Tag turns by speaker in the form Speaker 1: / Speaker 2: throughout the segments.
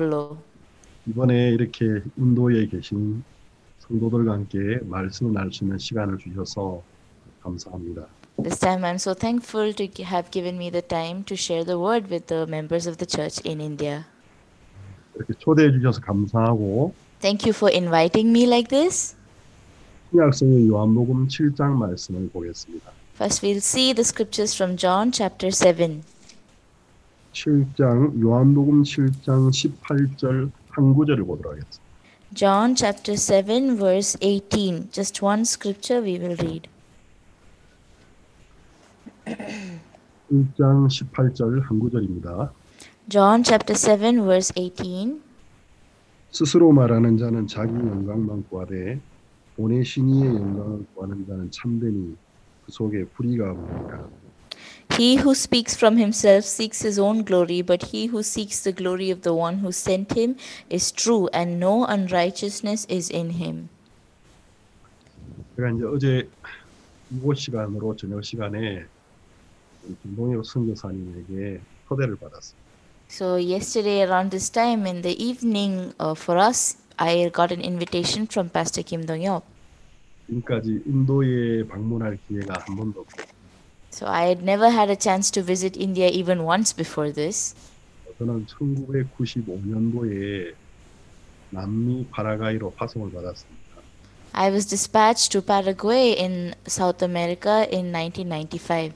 Speaker 1: 블루.
Speaker 2: 이번에 이렇게 인도에 계신 성도들과 함께 말씀을 나눌 수 있는 시간을 주셔서 감사합니다.
Speaker 1: This time I'm so thankful to gi- have given me the time to share the word with the members of the church in India.
Speaker 2: 이렇게 초대해 주셔서 감사하고
Speaker 1: Thank you for inviting me like this.
Speaker 2: 신약성의 요한복음 7장 말씀을 보겠습니다.
Speaker 1: First, we'll see the scriptures from John chapter 7.
Speaker 2: 7장 요한복음 7장 18절 한 구절을 보도록 하겠습니다.
Speaker 1: John chapter 7, verse 18. Just one scripture we will read.
Speaker 2: 7장 18절 한 구절입니다.
Speaker 1: John chapter 7, verse 18.
Speaker 2: 스스로 말하는 자는 자기 영광만 구하되 보내신 이의 영광을 구하는 자는 참되니 그 속에 불의가 없느니라.
Speaker 1: He who speaks from himself seeks his own glory, but he who seeks the glory of the one who sent him is true, and no unrighteousness is in him.
Speaker 2: 제가 이제 어제 이곳 시간으로 저녁 시간에 김동엽 선교사님에게 초대를 받았어요.
Speaker 1: So, yesterday around this time in the evening uh, for us, I got an invitation from Pastor Kim Dong Yeop.
Speaker 2: 지금까지 인도에 방문할 기회가 한 번도 없고
Speaker 1: So, I had never had a chance to visit India even once before this.
Speaker 2: 저는 1995년도에 남미 파라가이로 파송을 받았습니다.
Speaker 1: I was dispatched to Paraguay in South America in 1995.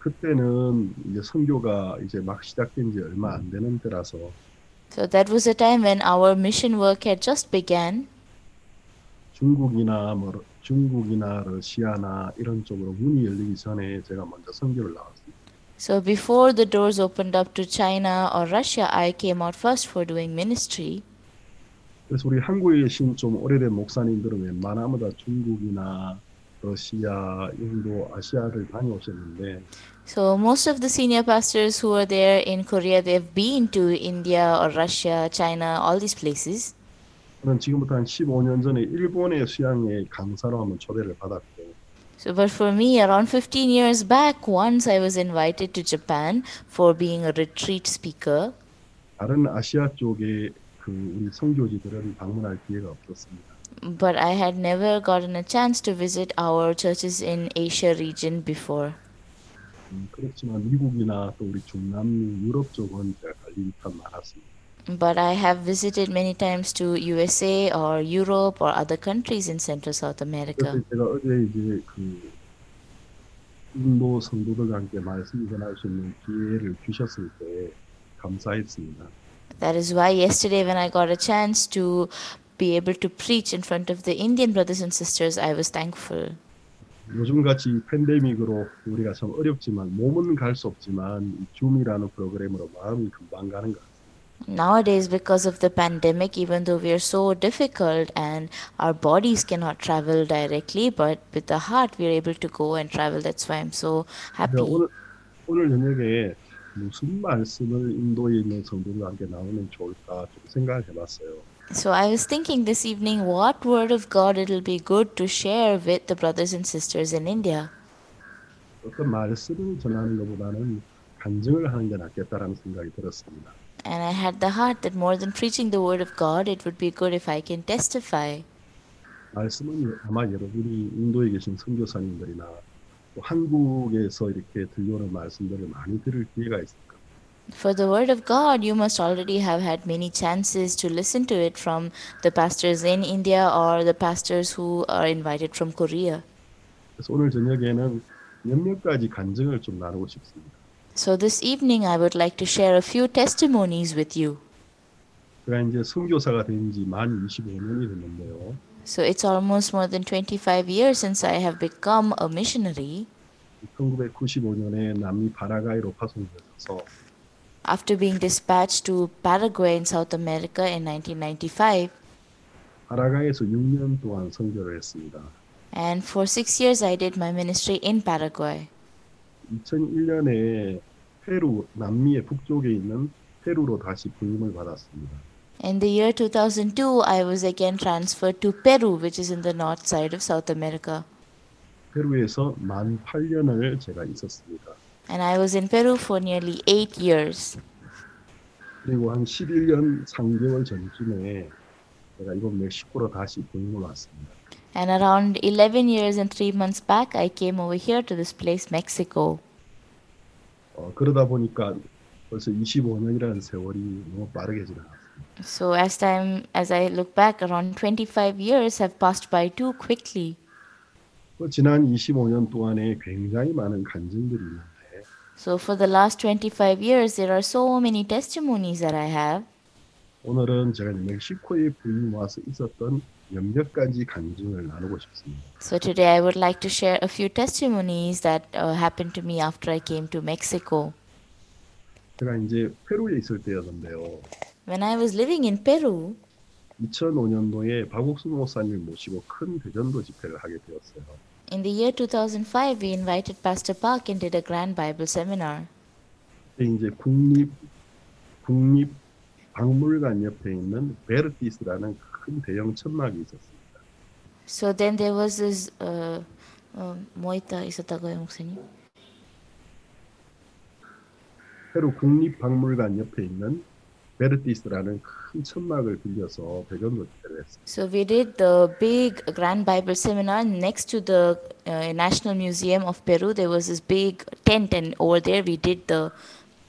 Speaker 2: 그때는 이제 선교가 이제 막 시작된 지 얼마 안 되는 때라서
Speaker 1: So, that was a time when our mission work had just began.
Speaker 2: 중국이나 뭐 중국이나 러시아나 이런 쪽으로 문이 열리기 전에 제가 먼저 선교를 나왔습니다.
Speaker 1: So before the doors opened up to China or Russia, I came out first for doing ministry.
Speaker 2: 그래서 우리 한국에 계신 좀 오래된 목사님들은 웬만하면 다 중국이나 러시아, 인도, 아시아를 다녀오셨는데
Speaker 1: So most of the senior pastors who are there in Korea, they've been to India or Russia, China, all these places.
Speaker 2: 저는 지금부터 한 15년 전에 일본의 수양회 강사로 한번 초대를 받았고
Speaker 1: So, but for me, around 15 years back, once I was invited to Japan for being a retreat speaker.
Speaker 2: 다른 아시아 쪽에 그 우리 선교지들을 방문할 기회가 없었습니다.
Speaker 1: But I had never gotten a chance to visit our churches in Asia region before.
Speaker 2: 음, 그렇지만 미국이나 또 우리 중남미, 유럽 쪽은 제가 갈 일이 참 많았습니다.
Speaker 1: But I have visited many times to USA or Europe or other countries in Central South
Speaker 2: 그래서
Speaker 1: America.
Speaker 2: 제가 어제 이제 그 인도 성도들과 함께 말씀 전할 수 있는 기회를 주셨을 때 감사했습니다.
Speaker 1: That is why yesterday, when I got a chance to be able to preach in front of the Indian brothers and sisters, I was thankful.
Speaker 2: 요즘같이 팬데믹으로 우리가 참 어렵지만 몸은 갈 수 없지만 이 줌이라는 프로그램으로 마음이 금방 가는 것 같아요.
Speaker 1: Nowadays, because of the pandemic, even though we are so difficult and our bodies cannot travel directly, but with the heart we are able to go and travel. That's why I'm so
Speaker 2: 그래서
Speaker 1: happy.
Speaker 2: 오늘 오늘 저녁에 무슨 말씀을 인도에 있는 성도들과 함께 나오면 좋을까 좀 생각해 봤어요.
Speaker 1: So I was thinking this evening what word of God it'll be good to share with the brothers and sisters in India.
Speaker 2: 어떤 말씀을 전하는 것보다는 간증을 하는 게 낫겠다라는 생각이 들었습니다.
Speaker 1: And I had the heart that more than preaching the word of God, it would be good if I can testify.
Speaker 2: 말씀은 아마 여러분이 인도에 계신 선교사님들이나 또 한국에서 이렇게 들려오는 말씀들을 많이 들을 기회가 있을 겁니다.
Speaker 1: For the word of God, you must already have had many chances to listen to it from the pastors in India or the pastors who are invited from Korea.
Speaker 2: 그래서 오늘 저녁에는 몇몇 가지 간증을 좀 나누고 싶습니다.
Speaker 1: So this evening, I would like to share a few testimonies with you.
Speaker 2: 제가 이제 선교사가 된 지 만 25년이 됐는데요.
Speaker 1: So it's almost more than 25 years since I have become a missionary.
Speaker 2: 1995년에 남미 바라가이로 파송되어서
Speaker 1: After being dispatched to Paraguay in South America in 1995,
Speaker 2: 바라가이에서 6년 동안 선교를 했습니다.
Speaker 1: and for six years I did my ministry in Paraguay.
Speaker 2: 2001년에 페루, 남미의 북쪽에 있는 페루로 다시 부임을 받았습니다.
Speaker 1: In the year 2002, I was again transferred to Peru, which is in the north side of South America.
Speaker 2: 페루에서 만 8년을 제가 있었습니다.
Speaker 1: And I was in Peru for nearly eight years.
Speaker 2: 그리고 한 11년 3개월 전쯤에 제가 이곳 멕시코로 다시 보임을 왔습니다.
Speaker 1: And around 11 years and 3 months back, I came over here to this place, Mexico.
Speaker 2: 어, 그러다 보니까 벌써 25년이라는 세월이 너무 빠르게 지나갔습니다.
Speaker 1: So, as time as I look back, around 25 years have passed by too quickly.
Speaker 2: 그 지난 25년 동안에 굉장히 많은 간증들이 있는데
Speaker 1: So, for the last 25 years, there are so many testimonies that I have.
Speaker 2: 오늘은 제가 이제 멕시코에 부임 와서 있었던 몇몇 가지 간증을 나누고 싶습니다.
Speaker 1: So, today I would like to share a few testimonies that uh, happened to me after I came to Mexico.
Speaker 2: 제가 이제 페루에 있을 때였는데요.
Speaker 1: When I was living in Peru,
Speaker 2: 2005년도에 박옥순 목사님을 모시고 큰 대전도 집회를 하게 되었어요.
Speaker 1: in the year 2005, we invited Pastor Park and did a grand Bible seminar.
Speaker 2: 그때 이제 국립 국립 박물관 옆에 있는 베르티스라는 큰 대형 천막이 있었습니다.
Speaker 1: So then there was this uh, um, 뭐 있다 있었다고요, 목사님?
Speaker 2: 페루 국립 박물관 옆에 있는 베르티스라는 큰 천막을 빌려서 대전도 집회를 했습니다.
Speaker 1: So we did the big Grand Bible seminar next to the uh, National Museum of Peru. There was this big tent, and over there we did the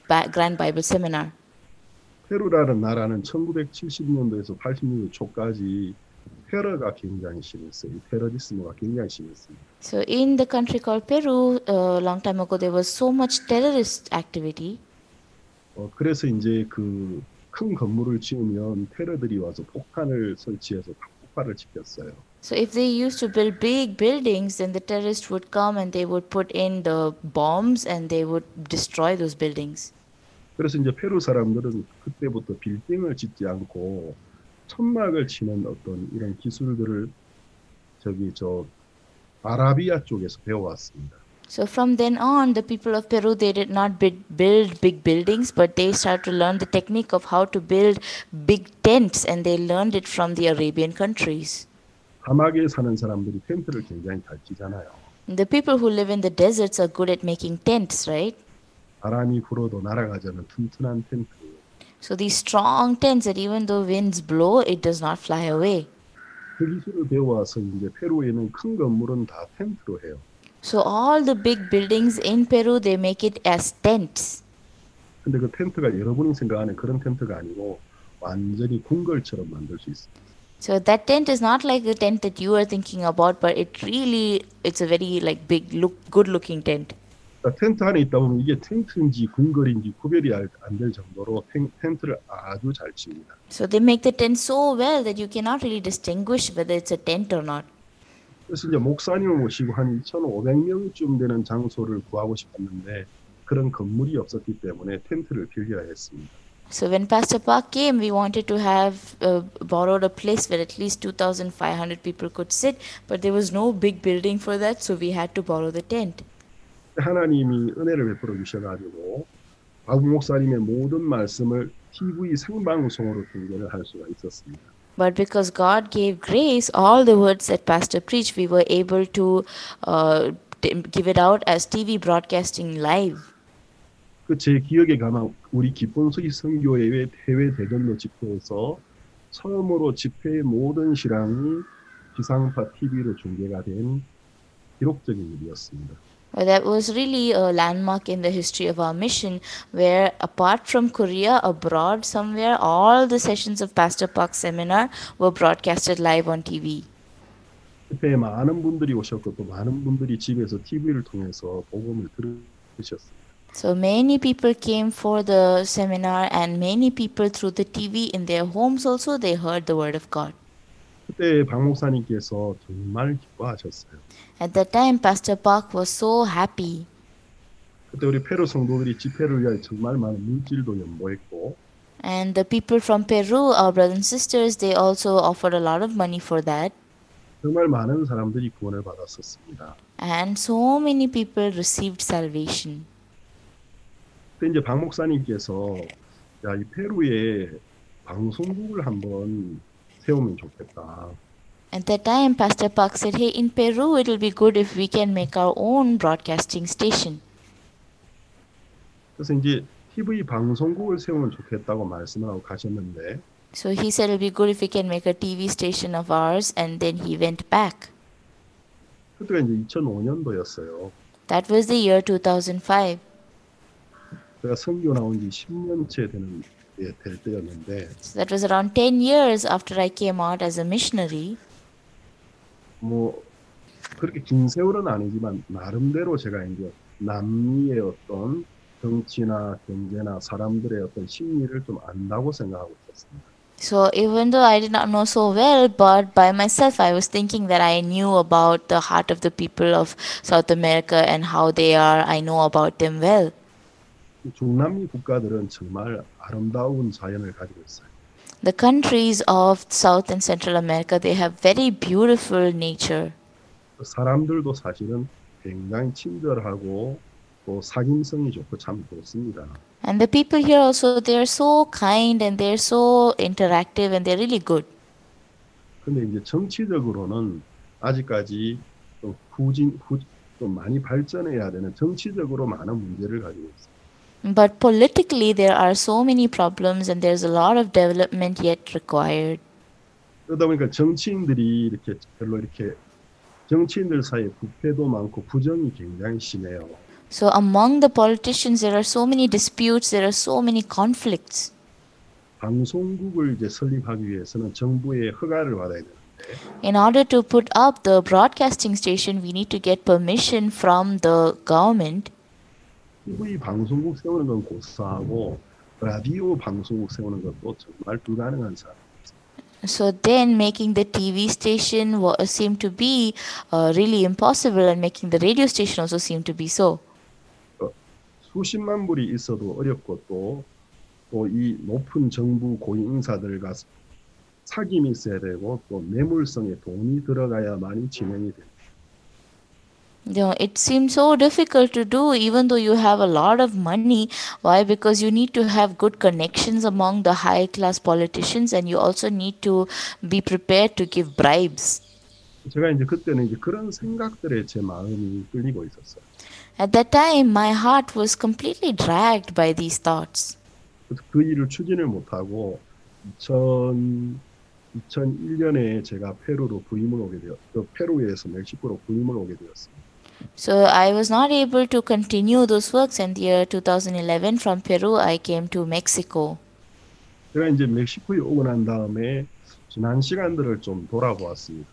Speaker 1: ba- Grand Bible seminar.
Speaker 2: 페루라는 나라는 1970년도에서 80년도 초까지 테러가 굉장히 심했어요. 이 테러리스모가 굉장히 심했습니다.
Speaker 1: So in the country called Peru, a long time ago, there was so much terrorist activity.
Speaker 2: 어, 그래서 이제 그 큰 건물을 지으면 테러들이 와서 폭탄을 설치해서 다 폭발을 시켰어요.
Speaker 1: So if they used to build big buildings, then the terrorists would come and they would put in the bombs and they would destroy those buildings.
Speaker 2: 그래서 이제 페루 사람들은 그때부터 빌딩을 짓지 않고 천막을 치는 어떤 이런 기술들을 저기 저 아라비아 쪽에서 배워왔습니다.
Speaker 1: So from then on, the people of Peru they did not bid- build big buildings, but they started to learn the technique of how to build big tents, and they learned it from the Arabian countries.
Speaker 2: 사막에 사는 사람들이 텐트를 굉장히 잘 치잖아요.
Speaker 1: The people who live in the deserts are good at making tents, right?
Speaker 2: 바람이 불어도 날아가지 않는 튼튼한 텐트.
Speaker 1: So these strong tents that even though winds blow, it does not fly away.
Speaker 2: 그 기술을 배워와서 이제 페루에는 큰 건물은 다 텐트로 해요.
Speaker 1: So all the big buildings in Peru they make it as tents.
Speaker 2: 근데 그 텐트가 여러분이 생각하는 그런 텐트가 아니고 완전히 궁궐처럼 만들 수 있어요.
Speaker 1: So that tent is not like the tent that you are thinking about, but it really it's a very like big look good looking tent.
Speaker 2: 그러니까 텐트 안에 있다 보면 이게 텐트인지 궁궐인지 구별이 안 될 정도로 텐, 텐트를 아주 잘 칩니다.
Speaker 1: So they make the tent so well that you cannot really distinguish whether it's a tent or not.
Speaker 2: 그래서 이제 목사님을 모시고 한 2,500명쯤 되는 장소를 구하고 싶었는데 그런 건물이 없었기 때문에 텐트를 빌려야 했습니다.
Speaker 1: So when Pastor Park came, we wanted to have uh, borrowed a place where at least 2,500 people could sit, but there was no big building for that, so we had to borrow the tent.
Speaker 2: 하나님이 은혜를 베풀어 주셔가지고 박 목사님의 모든 말씀을 TV 생방송으로 중계를 할 수가 있었습니다.
Speaker 1: But because God gave grace, all the words that Pastor preached, we were able to uh, t- give it out as TV broadcasting live.
Speaker 2: 그 제 기억에 가면 우리 기본소식 선교회의 해외 대전로 집회에서 처음으로 집회의 모든 실황이 지상파 TV로 중계가 된 기록적인 일이었습니다.
Speaker 1: Well, that was really a landmark in the history of our mission, where apart from Korea, abroad somewhere, all the sessions of Pastor Park's seminar were broadcasted live on TV.
Speaker 2: 집회에 많은 분들이 오셨고 또 많은 분들이 집에서 TV를 통해서 복음을 들으셨습니다.
Speaker 1: So many people came for the seminar, and many people through the TV in their homes also they heard the word of God.
Speaker 2: 그때 박 목사님께서 정말 기뻐하셨어요.
Speaker 1: At that time, Pastor Park was so happy.
Speaker 2: 그때 우리 페루 성도들이 집회를 위하여 정말 많은 물질도 연보했고
Speaker 1: And the people from Peru, our brothers and sisters, they also offered a lot of money for that.
Speaker 2: 정말 많은 사람들이 구원을 받았었습니다.
Speaker 1: And so many people received salvation.
Speaker 2: 그때 이제 박 목사님께서 야, 이 페루에 방송국을 한번 세우면 좋겠다.
Speaker 1: At that time, Pastor Park said, Hey, in Peru, it'll be good if we can make our own broadcasting station.
Speaker 2: 그래서 이제 TV 방송국을 세우면 좋겠다고 말씀을 하고 가셨는데
Speaker 1: So he said it'll be good if we can make a TV station of ours, and then he went back.
Speaker 2: 그때가 이제 2005년도였어요.
Speaker 1: That was the year 2005.
Speaker 2: 제가 그러니까 선교 나온 지 10년째 되는 예, 될 때였는데
Speaker 1: So that was around 10 years after I came out as a missionary.
Speaker 2: 뭐 그렇게 긴 세월은 아니지만 나름대로 제가 이제 남미의 어떤 정치나 경제나 사람들의 어떤 심리를 좀 안다고 생각하고 있었습니다.
Speaker 1: So even though I did not know so well, but by myself I was thinking that I knew about the heart of the people of South America and how they are. I know about them well.
Speaker 2: 중남미 국가들은 정말 아름다운 자연을 가지고 있어요.
Speaker 1: The countries of South and Central America, they have very beautiful nature.
Speaker 2: 그 사람들도 사실은 굉장히 친절하고 또 사귐성이 좋고 참 좋습니다.
Speaker 1: And the people here also, they're so kind and they're so interactive and they're really good.
Speaker 2: 근데 이제 정치적으로는 아직까지 좀 후진 후, 좀 많이 발전해야 되는 정치적으로 많은 문제를 가지고 있어요.
Speaker 1: But politically, there are so many problems and there's a lot of development yet required.
Speaker 2: 그러다 보니까 정치인들이 이렇게 별로 이렇게 정치인들 사이에 부패도 많고 부정이 굉장히 심해요.
Speaker 1: So, among the politicians, there are so many disputes, there are so many conflicts.
Speaker 2: 방송국을 이제 설립하기 위해서는 정부의 허가를 받아야 돼요.
Speaker 1: In order to put up the broadcasting station, we need to get permission from the government.
Speaker 2: TV 방송국 세우는 건 고사하고 라디오 방송국 세우는 것도 정말 불가능한 사람.
Speaker 1: So, then making the TV station wa- seemed to be uh, really impossible, and making the radio station also seemed to be so.
Speaker 2: 수십만 불이 있어도 어렵고 또 또 이 높은 정부 고위 인사들과 사귐이 있어야 되고 또 매물성에 돈이 들어가야만이 진행이 돼요.
Speaker 1: You know, it seems so difficult to do, even though you have a lot of money. Why? Because you need to have good connections among the high class politicians, and you also need to be prepared to give bribes.
Speaker 2: 제가 이제 그때는 이제 그런 생각들에 제 마음이 끌리고 있었어요.
Speaker 1: At that time, my heart was completely dragged by these thoughts.
Speaker 2: 그래서 그 일을 추진을 못하고 2000, 2001년에 제가 페루로 부임을 오게 되었, 그 페루에서 멕시코로 부임을 오게 되었어요.
Speaker 1: So I was not able to continue those works, and the year 2011 from Peru, I came to Mexico.
Speaker 2: 제가 이제 멕시코에 오고 난 다음에 지난 시간들을 좀 돌아보았습니다.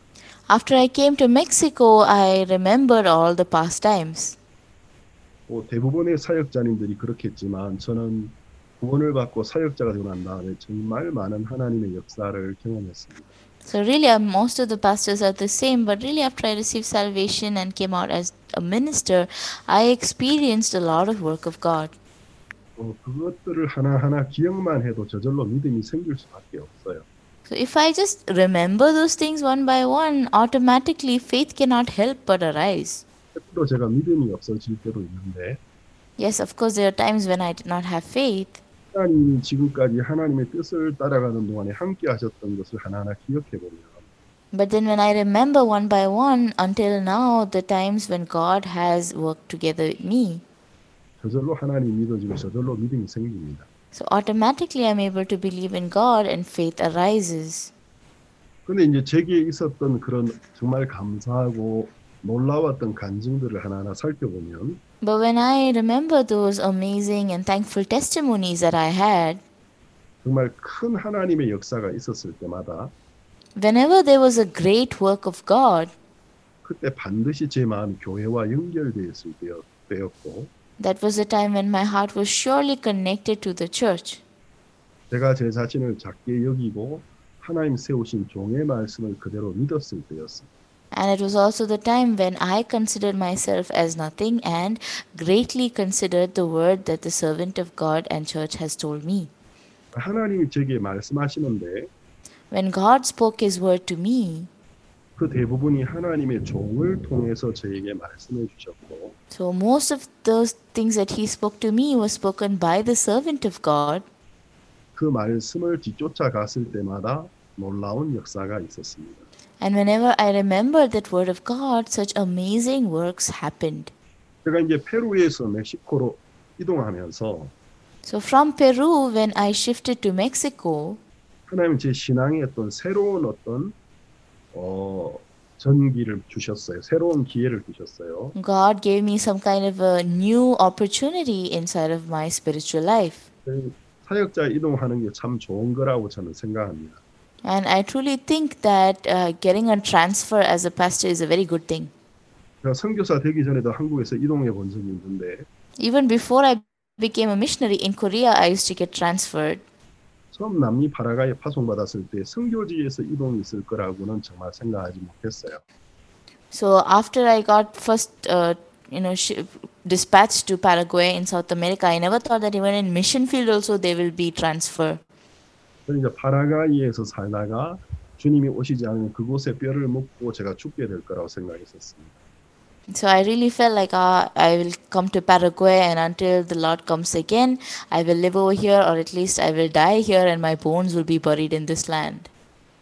Speaker 1: After I came to Mexico, I remembered all the past times.
Speaker 2: 뭐 대부분의 사역자님들이 그렇겠지만 저는 구원을 받고 사역자가 되고 난 다음에 정말 많은 하나님의 역사를 경험했습니다.
Speaker 1: So really, uh, most of the pastors are the same. But really, after I received salvation and came out as a minister, I experienced a lot of work of God.
Speaker 2: 어, 그것들을 하나하나 기억만 해도 저절로 믿음이 생길 수밖에 없어요.
Speaker 1: So if I just remember those things one by one, automatically faith cannot help but arise.
Speaker 2: 또 제가 믿음이 없어질 때도 있는데
Speaker 1: Yes, of course, there are times when I did not have faith.
Speaker 2: 하나님이 지금까지 하나님의 뜻을 따라가는 동안에 함께 하셨던 것을 하나하나 기억해 보면
Speaker 1: But then, when I remember one by one until now, the times when God has worked together with me,
Speaker 2: 저절로 하나님이 믿어지고 저절로 믿음이 생깁니다.
Speaker 1: so automatically I'm able to believe in God and faith arises.
Speaker 2: 근데 이제 제게 있었던 그런 정말 감사하고 놀라웠던 간증들을 하나하나 살펴보면
Speaker 1: But when I remember those amazing and thankful testimonies that I had,
Speaker 2: 정말 큰 하나님의 역사가 있었을 때마다
Speaker 1: whenever there was a great work of God
Speaker 2: 그때 반드시 제 마음이 교회와 연결되어 있을 때였- 때였고
Speaker 1: That was a time when my heart was surely connected to the church.
Speaker 2: 제가 제 자신을 작게 여기고 하나님 세우신 종의 말씀을 그대로 믿었을 때였습니다.
Speaker 1: And it was also the time when I considered myself as nothing and greatly considered the word that the servant of God and church has told me.
Speaker 2: 하나님이 제게 말씀하시는데
Speaker 1: When God spoke his word to me,
Speaker 2: 그 대부분이 하나님의 종을 통해서 저에게 말씀해 주셨고
Speaker 1: so most of those things that he spoke to me was spoken by the servant of God.
Speaker 2: 그 말씀을 뒤쫓아 갔을 때마다 놀라운 역사가 있었습니다.
Speaker 1: And whenever I remembered that word of God, such amazing works happened.
Speaker 2: 제가 이제 페루에서 멕시코로 이동하면서
Speaker 1: So from Peru, when I shifted to Mexico,
Speaker 2: 하나님 제 신앙의 어떤 새로운 어떤 어, 전기를 주셨어요. 새로운 기회를 주셨어요.
Speaker 1: God gave me some kind of a new opportunity inside of my spiritual life.
Speaker 2: 그 사역자 이동하는 게 참 좋은 거라고 저는 생각합니다.
Speaker 1: And I truly think that uh, getting a transfer as a pastor is a very good thing.
Speaker 2: 제가 선교사 되기 전에도 한국에서 이동해 본 적이 있는데
Speaker 1: Even before I became a missionary in Korea, I used to get transferred.
Speaker 2: 처음 남미 파라과이에 파송받았을 때 선교지에서 이동이 있을 거라고는 정말 생각하지 못했어요.
Speaker 1: So after I got first, uh, you know, sh- dispatched to Paraguay in South America, I never thought that even in mission field also there will be transfer.
Speaker 2: 저는 이제 파라과이에서 살다가 주님이 오시지 않으면 그곳에 뼈를 묻고 제가 죽게 될 거라고 생각했었습니다.
Speaker 1: So I really felt like ah, I will come to Paraguay, and until the Lord comes again, I will live over here, or at least I will die here, and my bones will be buried in this land.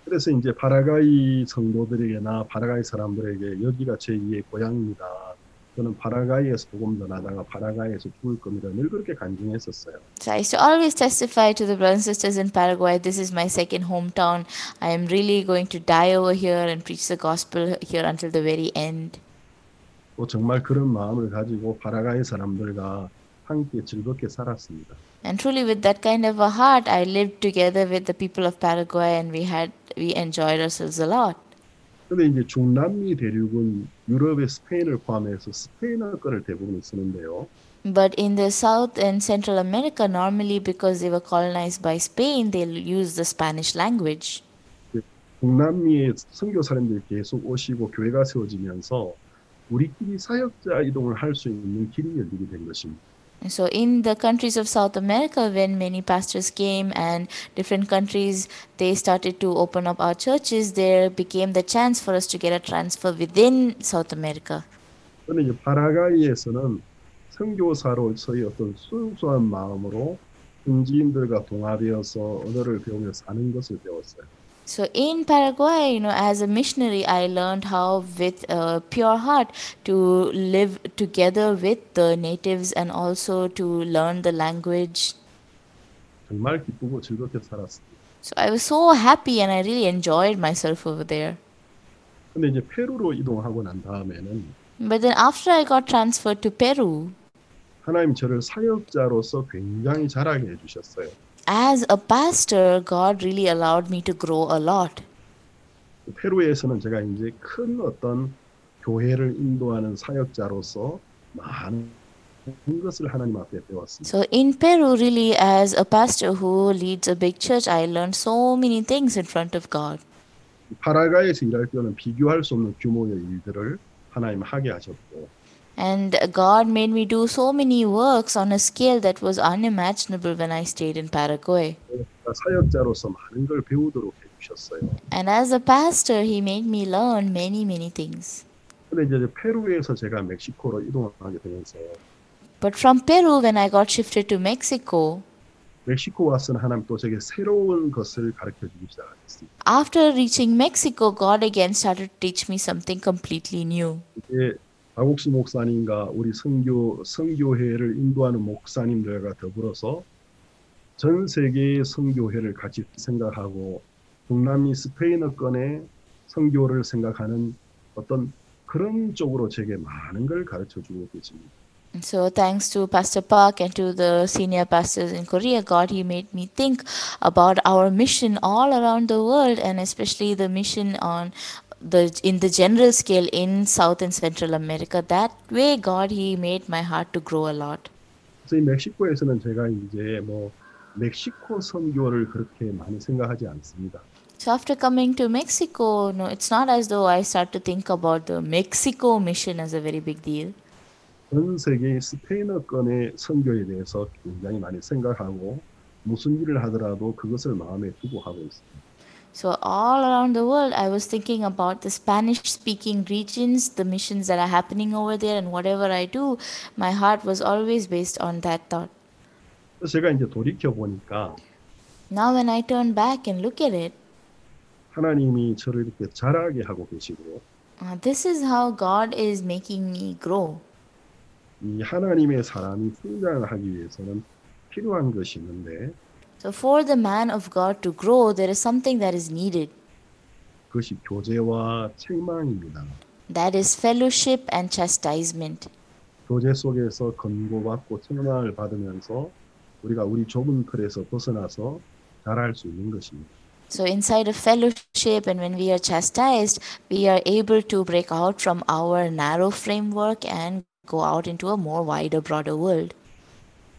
Speaker 2: 그래서 이제 파라과이 성도들에게나 파라과이 사람들에게 여기가 제2의 고향입니다. 저는 파라과이에서 복음 전하다가 파라과이에서 죽을 겁니다. 늘 그렇게 간증했었어요.
Speaker 1: So I used to always testify to the brothers and sisters in Paraguay, this is my second hometown. I am really going to die over here and preach the gospel here until the very end.
Speaker 2: 또 정말 그런 마음을 가지고 파라과이 사람들과 함께 즐겁게 살았습니다.
Speaker 1: And truly, with that kind of a heart, I lived together with the people of Paraguay, and we had we enjoyed ourselves a lot.
Speaker 2: 근데 이제 중남미 대륙은 유럽의 스페인을 포함해서 스페인어 거를 대부분 쓰는데요.
Speaker 1: But in the South and Central America, normally because they were colonized by Spain, they'll use the Spanish language.
Speaker 2: 동남미에 선교사님들이 계속 오시고 교회가 세워지면서 우리끼리 사역자 이동을 할 수 있는 길이 열리게 된 것입니다.
Speaker 1: And so, in the countries of South America, when many pastors came and different countries they started to open up our churches, there became the chance for us to get a transfer within South America.
Speaker 2: 저는 이제 파라과이에서는 선교사로서의 어떤 순수한 마음으로 현지인들과 동아되어서 언어를 배우며 사는 것을 배웠어요.
Speaker 1: So in Paraguay, you know, as a missionary, I learned how, with a pure heart, to live together with the natives and also to learn the language.
Speaker 2: 정말 기쁘고 즐겁게 살았습니다.
Speaker 1: So I was so happy and I really enjoyed myself over there.
Speaker 2: 근데 이제 페루로 이동하고 난 다음에는
Speaker 1: But then after I got transferred to Peru,
Speaker 2: 하나님 저를 사역자로서 굉장히 자라게 해주셨어요.
Speaker 1: as a pastor, God really allowed me to grow a lot.
Speaker 2: 페루에서는 제가 이제 큰 어떤 교회를 인도하는 사역자로서 많은 것을 하나님 앞에 배웠습니다.
Speaker 1: So in Peru, really, as a pastor who leads a big church, I learned so many things in front of God.
Speaker 2: 파라과이에서 일할 때는 비교할 수 없는 규모의 일들을 하나님 하게 하셨고
Speaker 1: And God made me do so many works on a scale that was unimaginable when I stayed in Paraguay.
Speaker 2: 그러니까 사역자로서 많은 걸 배우도록 해주셨어요.
Speaker 1: And as a pastor, He made me learn many, many things.
Speaker 2: 근데 이제 페루에서 제가 멕시코로 이동하게 되면서
Speaker 1: But from Peru, when I got shifted to Mexico,
Speaker 2: 멕시코 왔으니 하나님 또 제게 새로운 것을 가르쳐 주기 시작했습니다.
Speaker 1: after reaching Mexico, God again started to teach me something completely new.
Speaker 2: 이게 예, 박옥수 목사님과 우리 선교 선교회를 인도하는 목사님들과 더불어서 전 세계의 선교회를 같이 생각하고 동남미 스페인어권의 선교를 생각하는 어떤 그런 쪽으로 제게 많은 걸 가르쳐 주고 계십니다.
Speaker 1: And So, thanks to Pastor Park and to the senior pastors in Korea, God, He made me think about our mission all around the world, and especially the mission on the in the general scale in South and Central America. That way, God, He made my heart to grow a lot.
Speaker 2: 그래서 이 멕시코에서는 제가 이제 뭐 멕시코 선교를 그렇게 많이 생각하지 않습니다.
Speaker 1: So, after coming to Mexico, no, it's not as though I start to think about the Mexico mission as a very big deal.
Speaker 2: 전 세계의 스페인어권의 선교에 대해서 굉장히 많이 생각하고 무슨 일을 하더라도 그것을 마음에 두고 하고 있습니다.
Speaker 1: So, all around the world, I was thinking about the Spanish speaking regions, the missions that are happening over there, and whatever I do, my heart was always based on that thought.
Speaker 2: 그래서 제가 이제 돌이켜 보니까
Speaker 1: Now, when I turn back and look at it,
Speaker 2: 하나님이 저를 이렇게 자라게 하고 계시고
Speaker 1: uh, this is how God is making me grow.
Speaker 2: 이 하나님의 사람이 성장하기 위해서는 필요한 것이 있는데
Speaker 1: So, for the man of God to grow, there is something that is needed
Speaker 2: 그것이 교제와 책망입니다.
Speaker 1: that is fellowship and chastisement.
Speaker 2: 교제 속에서 권고받고 책망을 받으면서 우리가 우리 좁은 틀에서 벗어나서 자랄 수 있는 것입니다.
Speaker 1: So, inside of fellowship, and when we are chastised, we are able to break out from our narrow framework and go out into a more wider, broader world.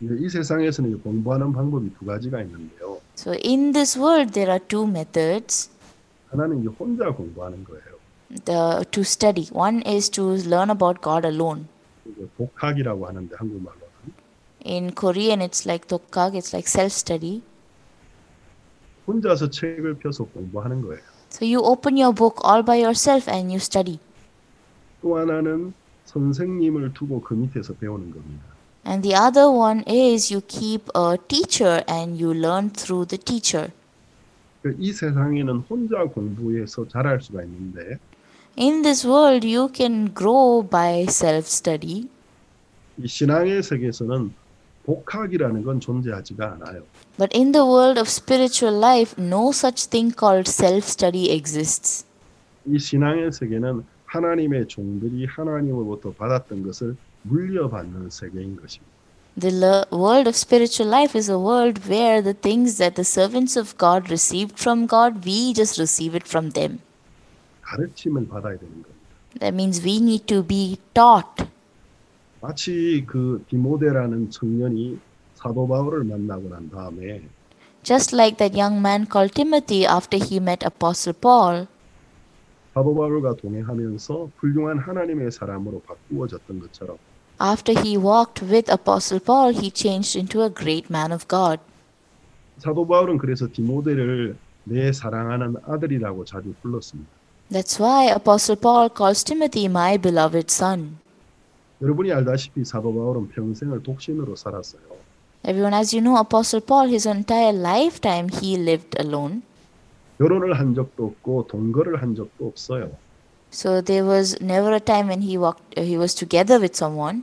Speaker 2: 이제 이 세상에서는 이 공부하는 방법이 두 가지가 있는데요.
Speaker 1: So, in this world, there are two methods
Speaker 2: 하나는 이 혼자 공부하는 거예요.
Speaker 1: the, to study. One is to learn about God alone.
Speaker 2: 이제 독학이라고 하는데 한국말로는
Speaker 1: In Korean, it's like dokkak, it's like self study.
Speaker 2: 혼자서 책을 펴서 공부하는 거예요.
Speaker 1: So, you open your book all by yourself and you study.
Speaker 2: 또 하나는 선생님을 두고 그 밑에서 배우는 겁니다.
Speaker 1: And the other one is you keep a teacher and you learn through the teacher.
Speaker 2: 그이 세상에는 혼자 공부해서 자랄 수가 있는데
Speaker 1: In this world, you can grow by self study.
Speaker 2: 이 신앙의 세계에서는 복학이라는 건 존재하지가 않아요.
Speaker 1: But in the world of spiritual life, no such thing called self study exists.
Speaker 2: 이 신앙의 세계는 하나님의 종들이 하나님으로부터 받았던 것을 물려받는 세계인 것입니다.
Speaker 1: The le- world of spiritual life is a world where the things that the servants of God received from God, we just receive it from them.
Speaker 2: 가르침을 받아야 되는 겁니다.
Speaker 1: That means we need to be taught.
Speaker 2: 마치 그 디모데라는 청년이 사도 바울을 만나고 난 다음에
Speaker 1: Just like that young man called Timothy after he met Apostle Paul.
Speaker 2: 사도 바울과 동행하면서 훌륭한 하나님의 사람으로 바꾸어졌던 것처럼
Speaker 1: After he walked with Apostle Paul, he changed into a great man of God.
Speaker 2: 사도 바울은 그래서 디모데를 내 사랑하는 아들이라고 자주 불렀습니다.
Speaker 1: That's why Apostle Paul calls Timothy my beloved son.
Speaker 2: 여러분이 알다시피 사도 바울은 평생을 독신으로 살았어요.
Speaker 1: Everyone, as you know, Apostle Paul, his entire lifetime he lived alone.
Speaker 2: 결혼을 한 적도 없고 동거를 한 적도 없어요.
Speaker 1: So there was never a time when he walked, uh, he was together with someone.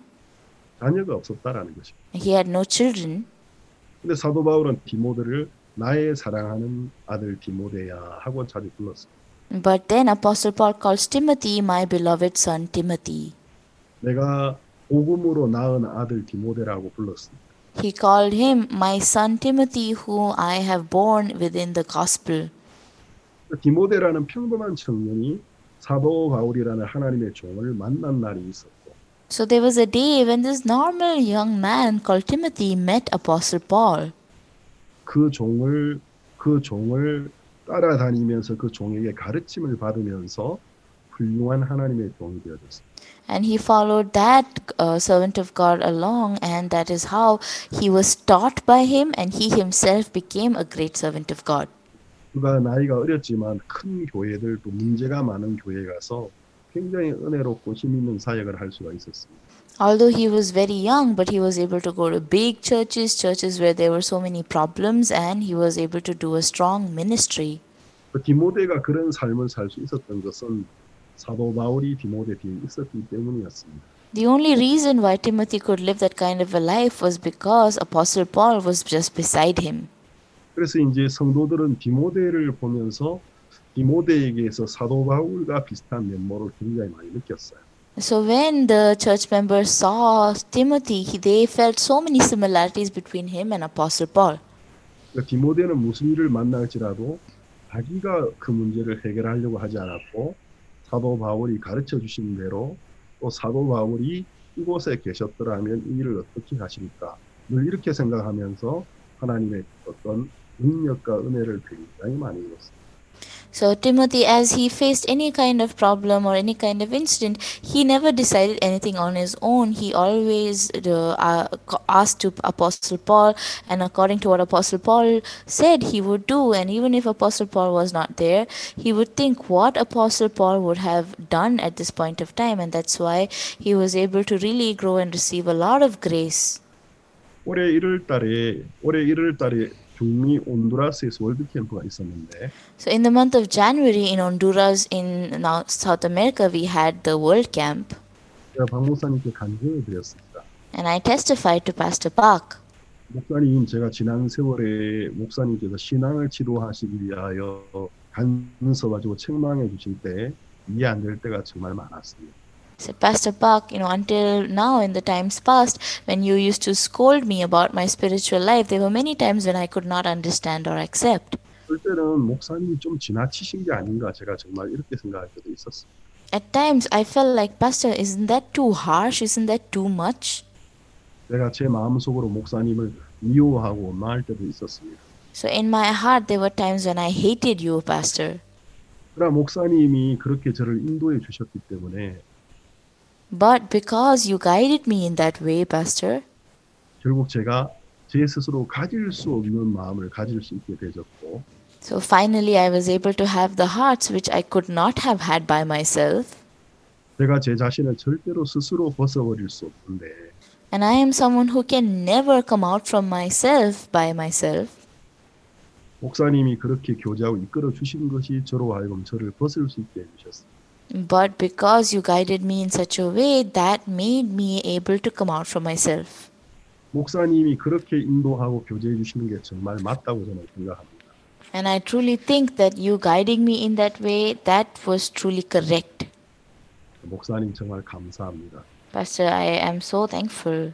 Speaker 2: 자녀가 없었다라는 것입니다.
Speaker 1: He had no children.
Speaker 2: 근데 사도 바울은 디모데를 나의 사랑하는 아들 디모데야 하고 자주 불렀어요.
Speaker 1: But then Apostle Paul calls Timothy my beloved son Timothy.
Speaker 2: 내가 복음으로 낳은 아들 디모데라고 불렀어요.
Speaker 1: He called him my son Timothy, whom I have born within the gospel.
Speaker 2: 그 디모데라는 평범한 청년이 사도 바울이라는 하나님의 종을 만난 날이 있었고
Speaker 1: So there was a day when this normal young man called Timothy met Apostle Paul.
Speaker 2: 그 종을 그 종을 따라다니면서 그 종에게 가르침을 받으면서 훌륭한 하나님의 종이 되어졌어요.
Speaker 1: And he followed that uh, servant of God along, and that is how he was taught by him, and he himself became a great servant of God.
Speaker 2: 그가 나이가 어렸지만 큰 교회들 또 문제가 많은 교회 가서 굉장히 은혜롭고 힘 있는 사역을 할 수가 있었습니다.
Speaker 1: Although he was very young, but he was able to go to big churches, churches where there were so many problems, and he was able to do a strong ministry.
Speaker 2: 그 디모데가 그런 삶을 살 수 있었던 것은 사도 바울이 디모데 뒤에 있었기 때문이었습니다.
Speaker 1: The only reason why Timothy could live that kind of a life was because Apostle Paul was just beside him.
Speaker 2: 그래서 이제 성도들은 디모데를 보면서 디모데에게서 사도 바울과 비슷한 면모를 굉장히 많이 느꼈어요.
Speaker 1: So when the church members saw Timothy, he, they felt so many similarities between him and Apostle Paul.
Speaker 2: 그러니까 디모데는 무슨 일을 만날지라도 자기가 그 문제를 해결하려고 하지 않았고 사도 바울이 가르쳐 주신 대로 또 사도 바울이 이곳에 계셨더라면 이 일을 어떻게 하실까 늘 이렇게 생각하면서 하나님의 어떤 능력과 은혜를 굉장히 많이 입었어요.
Speaker 1: So Timothy, as he faced any kind of problem or any kind of incident, he never decided anything on his own. He always uh, uh, asked to Apostle Paul, and according to what Apostle Paul said, he would do. And even if Apostle Paul was not there, he would think what Apostle Paul would have done at this point of time, and that's why he was able to really grow and receive a lot of grace.
Speaker 2: 올해 1월 달에 올해 1월 달에 북미 온두라스에서 월드 캠프가 있었는데
Speaker 1: So in the month of January in Honduras, in now South America, we had the World Camp.
Speaker 2: 제가 박 목사님께 간증을 드렸습니다.
Speaker 1: and I testified to Pastor Park.
Speaker 2: 목사님, 제가 지난 세월에 목사님께서 신앙을 치료하시기 위하여 간서가지고 책망해 주실 때 이해 안 될 때가 정말 많았습니다.
Speaker 1: So, Pastor Park, you know, until now in the times past, when you used to scold me about my spiritual life, there were many times when I could not understand or accept.
Speaker 2: 그럴 때는 목사님이 좀 지나치신 게 아닌가 제가 정말 이렇게 생각할 때도 있었어요.
Speaker 1: At times, I felt like, Pastor, isn't that too harsh? Isn't that too much?
Speaker 2: 내가 제 마음속으로 목사님을 미워하고 원망할 때도 있었습니다.
Speaker 1: So, in my heart, there were times when I hated you, Pastor.
Speaker 2: 그러나 목사님이 그렇게 저를 인도해 주셨기 때문에
Speaker 1: But because you guided me in that way, Pastor,
Speaker 2: 결국 제가 제 스스로 가질 수 없는 마음을 가질 수 있게 되었고
Speaker 1: so finally I was able to have the hearts which I could not have had by myself.
Speaker 2: 제가 제 자신을 절대로 스스로 벗어버릴 수 없는데
Speaker 1: And I am someone who can never come out from myself by myself.
Speaker 2: 목사님이 그렇게 교제하고 이끌어 주신 것이 저로 하여금 저를 벗을 수 있게 해주셨습니다.
Speaker 1: But because you guided me in such a way, that made me able to come out from myself.
Speaker 2: 목사님이 그렇게 인도하고 교제해 주시는 게 정말 맞다고 저는 생각합니다.
Speaker 1: And I truly think that you guiding me in that way, that was truly correct.
Speaker 2: 목사님 정말 감사합니다.
Speaker 1: Pastor, I am so thankful.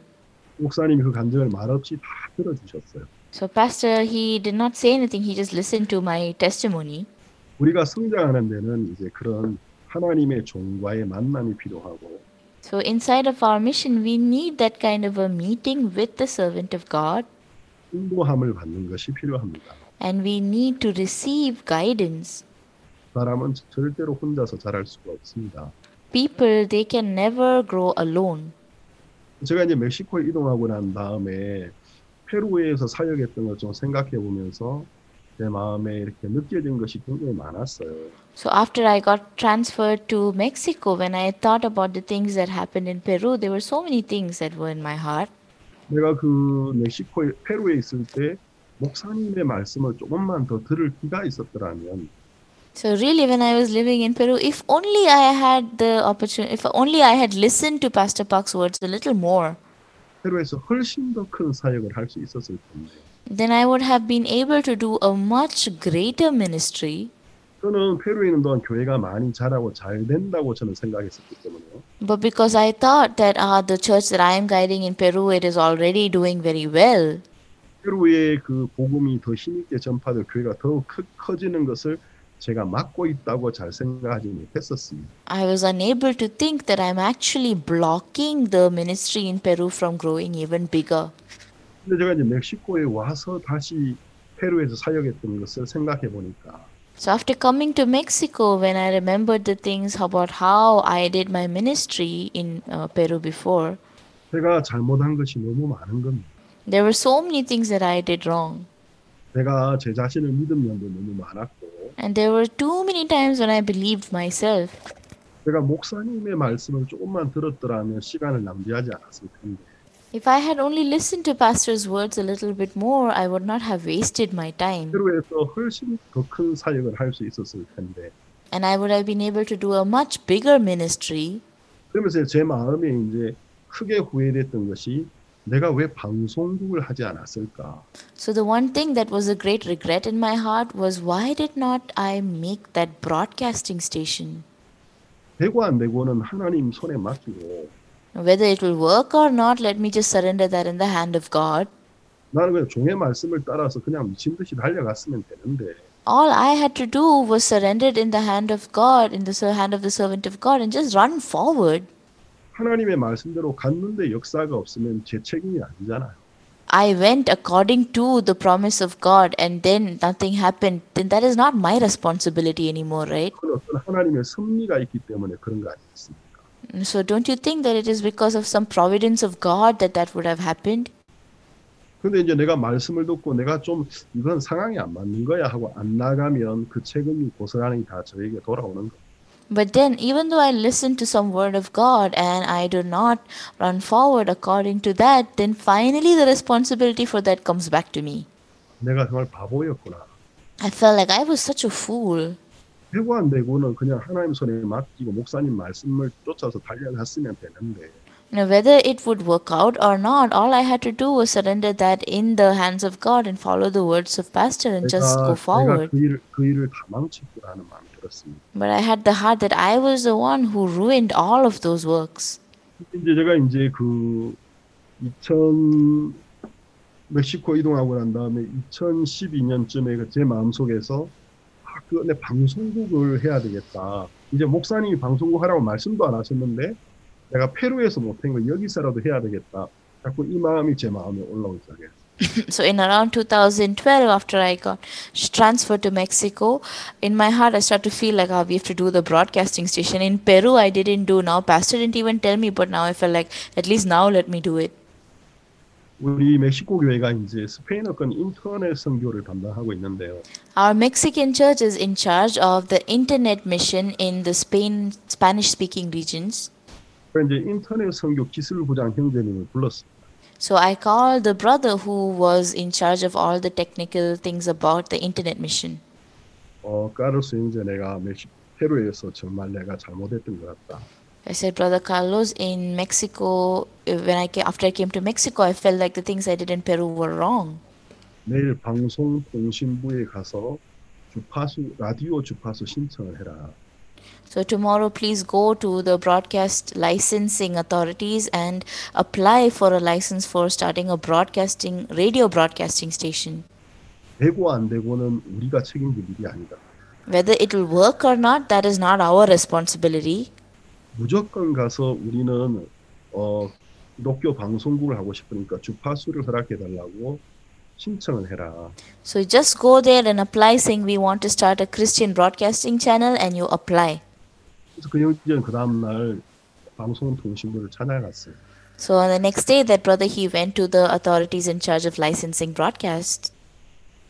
Speaker 2: 목사님이 그 감정을 말없이 다 들어주셨어요.
Speaker 1: So, Pastor, he did not say anything, he just listened to my testimony.
Speaker 2: 우리가 성장하는 데는 이제 그런 하나님의 종과의 만남이 필요하고
Speaker 1: So, inside of our mission, we need that kind of a meeting with the servant of God
Speaker 2: 인도함을 받는 것이 필요합니다.
Speaker 1: and we need to receive guidance.
Speaker 2: 사람은 절대로 혼자서 자랄 수가 없습니다.
Speaker 1: People, they can never grow alone.
Speaker 2: 제가 이제 멕시코에 이동하고 난 다음에 페루에서 사역했던 걸 좀 생각해 보면서 제 마음에 이렇게 느껴진 것이 굉장히 많았어요.
Speaker 1: So, after I got transferred to Mexico, when I thought about the things that happened in Peru, there were so many things that were in my heart.
Speaker 2: 내가 그 멕시코에 페루에 있을 때 목사님의 말씀을 조금만 더 들을 기가 있었더라면
Speaker 1: So, really, when I was living in Peru, if only I had the opportunity, if only I had listened to Pastor Park's words a little more,
Speaker 2: 페루에서 훨씬 더 큰 사역을 할 수 있었을 텐데
Speaker 1: then I would have been able to do a much greater ministry.
Speaker 2: 저는 페루에 있는 동안 교회가 많이 자라고 잘 된다고 저는 생각했었기 때문에요.
Speaker 1: But because I thought that ah, the church that I am guiding in Peru, it is already doing very well.
Speaker 2: 페루의 그 복음이 더 힘있게 전파될 교회가 더욱 크- 커지는 것을 제가 막고 있다고 잘 생각하지 못했었습니다.
Speaker 1: I was unable to think that I'm actually blocking the ministry in Peru from growing even bigger.
Speaker 2: 근데 제가 이제 멕시코에 와서 다시 페루에서 사역했던 것을 생각해 보니까
Speaker 1: So after coming to Mexico, when I remembered the things about how I did my ministry in uh, Peru before,
Speaker 2: 제가 잘못한 것이 너무 많은 겁니다.
Speaker 1: there were so many things that I did wrong.
Speaker 2: 제가 제 자신을 믿은 면도 너무 많았고
Speaker 1: And there were too many times when I believed myself.
Speaker 2: 제가 목사님의 말씀을 조금만 들었더라면 시간을 낭비하지 않았을 텐데
Speaker 1: If I had only listened to pastor's words a little bit more, I would not have wasted my time.
Speaker 2: 페루에서 훨씬 더 큰 사역을 할 수 있었을 텐데
Speaker 1: and I would have been able to do a much bigger ministry.
Speaker 2: 그러면서 제 마음에 이제 크게 후회됐던 것이 내가 왜 방송국을 하지 않았을까
Speaker 1: So the one thing that was a great regret in my heart was why did not I make that broadcasting station?
Speaker 2: 되고 안 되고는 하나님 손에 맡기고
Speaker 1: Whether it will work or not, let me just surrender that in the hand of God.
Speaker 2: 나는 그냥 종의 말씀을 따라서 그냥 미친 듯이 달려갔으면 되는데
Speaker 1: All I had to do was surrender it in the hand of God, in the ser- hand of the servant of God, and just run forward.
Speaker 2: 하나님의 말씀대로 갔는데 역사가 없으면 제 책임이 아니잖아요.
Speaker 1: I went according to the promise of God, and then nothing happened. Then that is not my responsibility anymore, right?
Speaker 2: 그건 어떤 하나님의 섭리가 있기 때문에 그런 거 아니겠습니까?
Speaker 1: So don't you think that it is because of some providence of God that that would have happened?
Speaker 2: 근데 이제 내가 말씀을 듣고 내가 좀 이건 상황이 안 맞는 거야 하고 안 나가면 그 책임이 고스란히 다 저에게 돌아오는 거예요.
Speaker 1: But then, even though I listened to some word of God and I do not run forward according to that, then finally the responsibility for that comes back to me.
Speaker 2: 내가 정말 바보였구나.
Speaker 1: I felt like I was such a fool.
Speaker 2: 되고 안 되고는 그냥 하나님 손에 맡기고 목사님 말씀을 쫓아서 달려갔으면 되는데
Speaker 1: Now, whether it would work out or not, all I had to do was surrender that in the hands of God and follow the words of Pastor and just go
Speaker 2: 내가, 내가
Speaker 1: forward.
Speaker 2: 그 일을, 그 일을 다 망쳤구나는 마음이 들었습니다.
Speaker 1: But I had the heart that I was the one who ruined all of those works.
Speaker 2: 이제 제가 이제 그 2000, 멕시코 이동하고 난 다음에 2012년쯤에 그 제 마음속에서 아, 그, 내 방송국을 해야 되겠다. 이제 목사님이 방송국 하라고 말씀도 안 하셨는데 내가 페루에서 못한 걸 여기서라도 해야 되겠다. 자꾸 이 마음이 제 마음에 올라오기 시작해요.
Speaker 1: So, in around 2012, after I got sh- transferred to Mexico, in my heart I started to feel like, ah, we have to do the broadcasting station. In Peru, I didn't do. Now, Pastor didn't even tell me, but now I felt like, at least now let me do it.
Speaker 2: 우리 멕시코 교회가 이제 스페인어권 인터넷 선교를 담당하고 있는데요.
Speaker 1: Our Mexican church is in charge of the internet mission in the Spain Spanish speaking regions.
Speaker 2: 그래서 이제 인터넷 선교 기술 부장 형제님을 불렀습니다.
Speaker 1: So I called the brother who was in charge of all the technical things about the internet mission.
Speaker 2: 어, 까르스 형제 내가 멕시코 페루에서 정말 내가 잘못했던 것 같다.
Speaker 1: I said, Brother Carlos, in Mexico, uh, when I came, after I came to Mexico, I felt like the things I did in Peru were wrong.
Speaker 2: 내일 방송통신부에 가서 주파수 라디오 주파수 신청을 해라.
Speaker 1: So tomorrow, please go to the broadcast licensing authorities and apply for a license for starting a broadcasting radio broadcasting station.
Speaker 2: 되고 안 되고는 우리가 책임질 일이 아니다.
Speaker 1: Whether it will work or not, that is not our responsibility.
Speaker 2: 무조건 가서 우리는 어 기독교 방송국을 하고 싶으니까 주파수를 허락해 달라고 신청을 해라.
Speaker 1: So just go there and apply, saying we want to start a Christian broadcasting channel, and you apply.
Speaker 2: 그래서 그 형제는 그 다음 날 방송통신부를 찾아갔어요.
Speaker 1: So on the next day, that brother he went to the authorities in charge of licensing broadcast.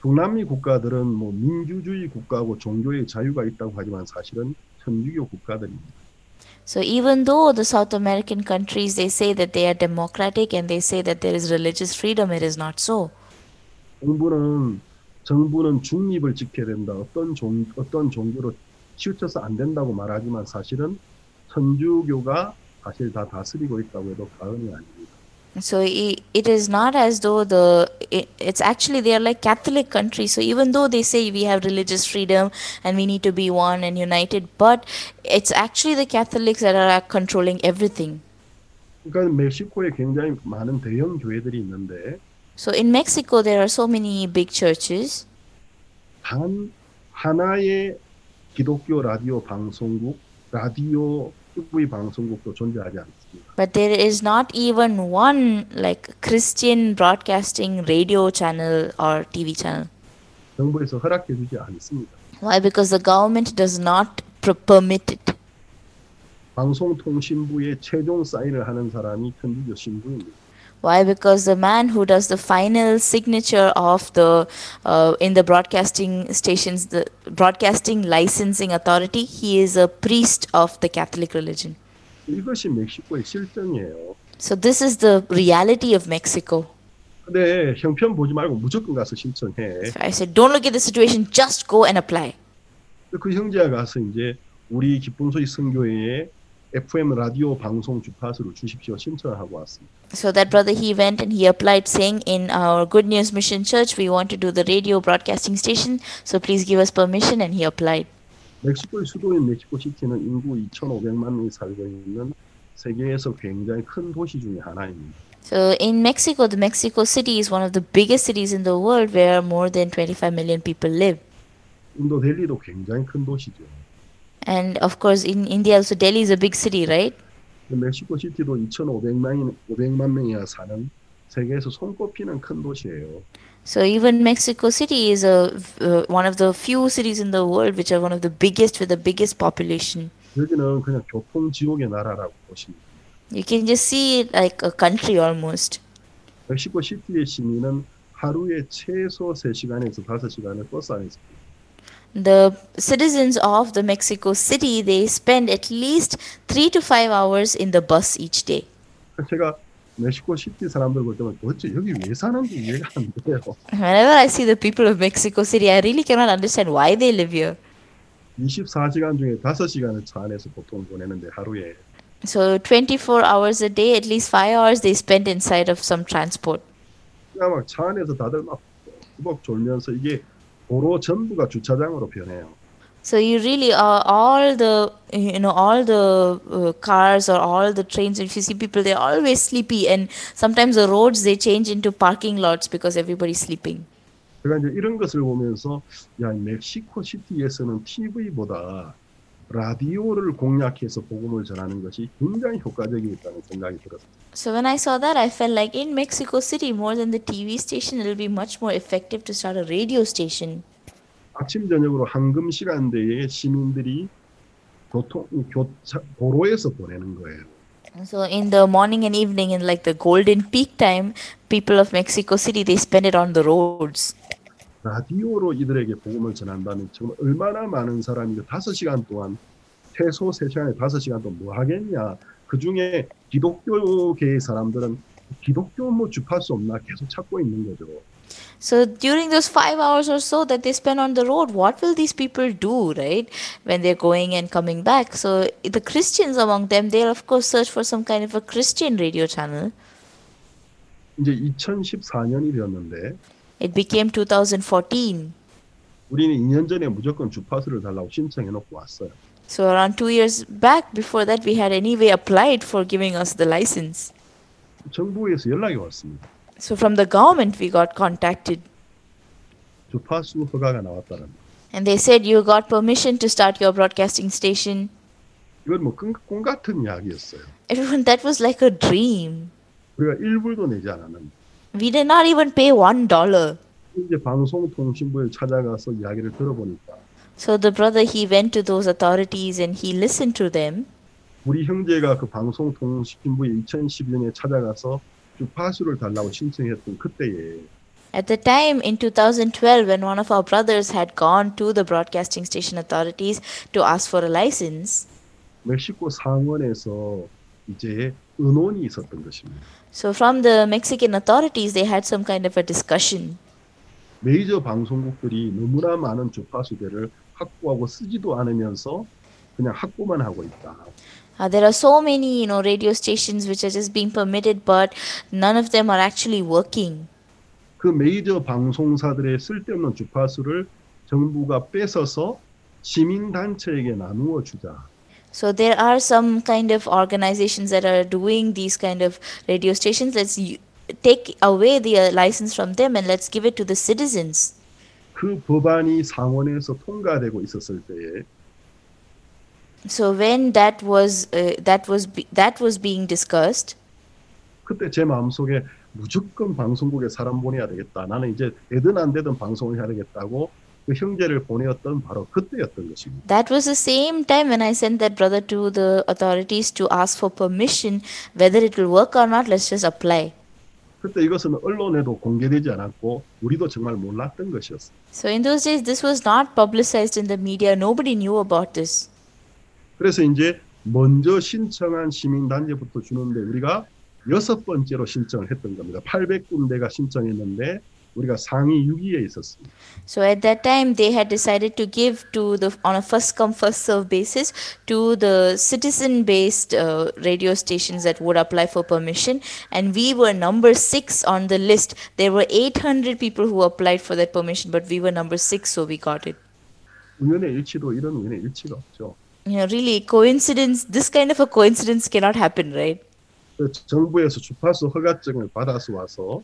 Speaker 2: 동남미 국가들은 뭐 민주주의 국가고 종교의 자유가 있다고 하지만 사실은 천주교 국가들입니다.
Speaker 1: So even though the South American countries they say that they are democratic and they say that there is religious freedom, it is not so.
Speaker 2: 정부는 정부는 중립을 지켜야 된다. 어떤 종 어떤 종교로 치우쳐서 안 된다고 말하지만 사실은 천주교가 사실 다 다스리고 있다고 해도 과언이 아닙니다.
Speaker 1: So i- it is not as though the i- it's actually they are like Catholic countries. So even though they say we have religious freedom and we need to be one and united, but it's actually the Catholics that are controlling everything.
Speaker 2: 그러니까 멕시코에 굉장히 많은 대형 교회들이 있는데
Speaker 1: So in Mexico there are so many big churches,
Speaker 2: 단 하나의 기독교 라디오 방송국 라디오 TV 방송국도 존재하지 않습니다.
Speaker 1: but there is not even one like Christian broadcasting radio channel or TV channel.
Speaker 2: 정부에서 허락해주지 않습니다.
Speaker 1: Why? Because the government does not pr- permit it.
Speaker 2: 방송통신부에 최종 사인을 하는 사람이 천주교 신부입니다.
Speaker 1: Why? Because the man who does the final signature of the uh, in the broadcasting stations, the broadcasting licensing authority, he is a priest of the Catholic religion.
Speaker 2: 이것이 멕시코의 실정이에요.
Speaker 1: So this is the reality of Mexico.
Speaker 2: 근데 형편 보지 말고 무조건 가서 신청해.
Speaker 1: So I said, don't look at the situation, just go and apply.
Speaker 2: 그 형제가 가서 이제 우리 기쁨 소식 선교회에 FM 라디오 방송 주파수를 주십시오 신청하고 왔습니다.
Speaker 1: So that brother he went and he applied, saying, in our Good News Mission Church, we want to do the radio broadcasting station, so please give us permission, and he applied.
Speaker 2: 멕시코의 수도인 멕시코 시티는 인구 2,500만 명이 살고 있는 세계에서 굉장히 큰 도시 중에 하나입니다.
Speaker 1: So in Mexico, the Mexico City is one of the biggest cities in the world where more than 25 million people live.
Speaker 2: 인도 델리도 굉장히 큰 도시죠.
Speaker 1: And of course, in India, also Delhi is a big city, right?
Speaker 2: 멕시코 시티도 2,500만 500만 명이나 사는 세계에서 손꼽히는 큰 도시예요.
Speaker 1: So even Mexico City is a uh, one of the few cities in the world which are one of the biggest with the biggest population.
Speaker 2: 여기는 그냥 교통 지옥의 나라라고 보시면 돼요.
Speaker 1: You can just see it like a country almost.
Speaker 2: 멕시코 시티의 시민은 하루에 최소 3시간에서 5시간을 버스 안에서
Speaker 1: The citizens of the Mexico City they spend at least three to five hours in the bus each day.
Speaker 2: 제가 멕시코 시티 사람들 볼 때면 도대체 여기 왜 사는지 이해가 안 돼요.
Speaker 1: Whenever I see the people of Mexico City, I really cannot understand why they live here.
Speaker 2: 24시간 중에 5시간을 차 안에서 보통 보내는데 하루에
Speaker 1: So 24 hours a day, at least five hours they spend inside of some transport.
Speaker 2: 그냥 막 차 안에서 다들 막 꾸벅 졸면서 이게 도로 전부가 주차장으로 변해요.
Speaker 1: So you really are all the you know all the uh, cars or all the trains. If you see people, they're always sleepy, and sometimes the roads they change into parking lots because everybody's sleeping.
Speaker 2: 제가 이제 이런 것을 보면서 야 멕시코 시티에서는 TV보다 라디오를 공략해서 복음을 전하는 것이 굉장히 효과적이었다는 생각이 들었어요.
Speaker 1: So when I saw that, I felt like in Mexico City, more than the TV station, it'll be much more effective to start a radio station.
Speaker 2: 아침 저녁으로 황금 시간대에 시민들이 교통 교 차- 도로에서 보내는 거예요.
Speaker 1: And So in the morning and evening, in like the golden peak time, people of Mexico City they spend it on the roads.
Speaker 2: 라디오로 이들에게 복음을 전한다면 정말 얼마나 많은 사람이 그 다섯 시간 동안 최소 세 시간에 다섯 시간 동안 뭐 하겠냐? 그 중에 기독교계의 사람들은 기독교 뭐 주파수 없나 계속 찾고 있는 거죠.
Speaker 1: So during those five hours or so that they spend on the road, what will these people do, right? When they're going and coming back. So the Christians among them, they'll of course search for some kind of a Christian radio channel.
Speaker 2: 이제 2014년이 되었는데
Speaker 1: It became 2014.
Speaker 2: 우리는 2년 전에 무조건 주파수를 달라고 신청해 놓고 왔어요.
Speaker 1: So around two years back, before that, we had anyway applied for giving us the license.
Speaker 2: 정부에서 연락이 왔습니다.
Speaker 1: So from the government, we got contacted.
Speaker 2: 주파수 허가가 나왔다는 거.
Speaker 1: And they said, You got permission to start your broadcasting station.
Speaker 2: 이건 뭐꿈 같은 이야기였어요.
Speaker 1: Everyone, that was like a dream.
Speaker 2: 우리가 1불도 내지 않았는데
Speaker 1: We did not even pay one dollar.
Speaker 2: 이제 방송통신부에 찾아가서 이야기를 들어보니까
Speaker 1: So the brother he went to those authorities and he listened to them.
Speaker 2: 우리 형제가 그 방송통신부에 2012년에 찾아가서 그 주파수를 달라고 신청했던 그때에
Speaker 1: At the time in 2012, when one of our brothers had gone to the broadcasting station authorities to ask for a license,
Speaker 2: 멕시코 상원에서 이제 의논이 있었던 것입니다.
Speaker 1: so from the Mexican authorities, they had some kind of a discussion.
Speaker 2: 메이저 방송국들이 너무나 많은 주파수들을 확보하고 쓰지도 않으면서 그냥 확보만 하고 있다.
Speaker 1: Uh, there are so many, you know, radio stations which are just being permitted, but none of them are actually working.
Speaker 2: 그 메이저 방송사들의 쓸데없는 주파수를 정부가 뺏어서 시민단체에게 나누어 주자.
Speaker 1: So there are some kind of organizations that are doing these kind of radio stations. Let's u- take away the uh, license from them and let's give it to the citizens.
Speaker 2: 그 법안이 상원에서 통과되고 있었을 때에
Speaker 1: So when that was uh, that was be- that was being discussed,
Speaker 2: 그때 제 마음속에 무조건 방송국에 사람 보내야 되겠다. 나는 이제 되든 안 되든 방송을 해야 되겠다고 그 형제를 보내었던 바로 그때였던 것입니다.
Speaker 1: that was the same time when I sent that brother to the authorities to ask for permission whether it will work or not. Let's just apply.
Speaker 2: 그때 이것은 언론에도 공개되지 않았고 우리도 정말 몰랐던 것이었어요.
Speaker 1: So in those days, this was not publicized in the media. Nobody knew about this.
Speaker 2: 그래서 이제 먼저 신청한 시민단체부터 주는데 우리가 여섯 번째로 신청을 했던 겁니다. 800군데가 신청했는데 우리가 상위 6위에 있었습니다.
Speaker 1: So at that time, they had decided to give to the on a first come first serve basis to the citizen-based uh, radio stations that would apply for permission, and we were number six on the list. There were 800 people who applied for that permission, but we were number six, so we got it.
Speaker 2: 우연의 일치도 이런 우연의 일치가 없죠.
Speaker 1: You know, really coincidence. This kind of a coincidence cannot happen, right?
Speaker 2: 그래서 정부에서 주파수 허가증을 받아서 와서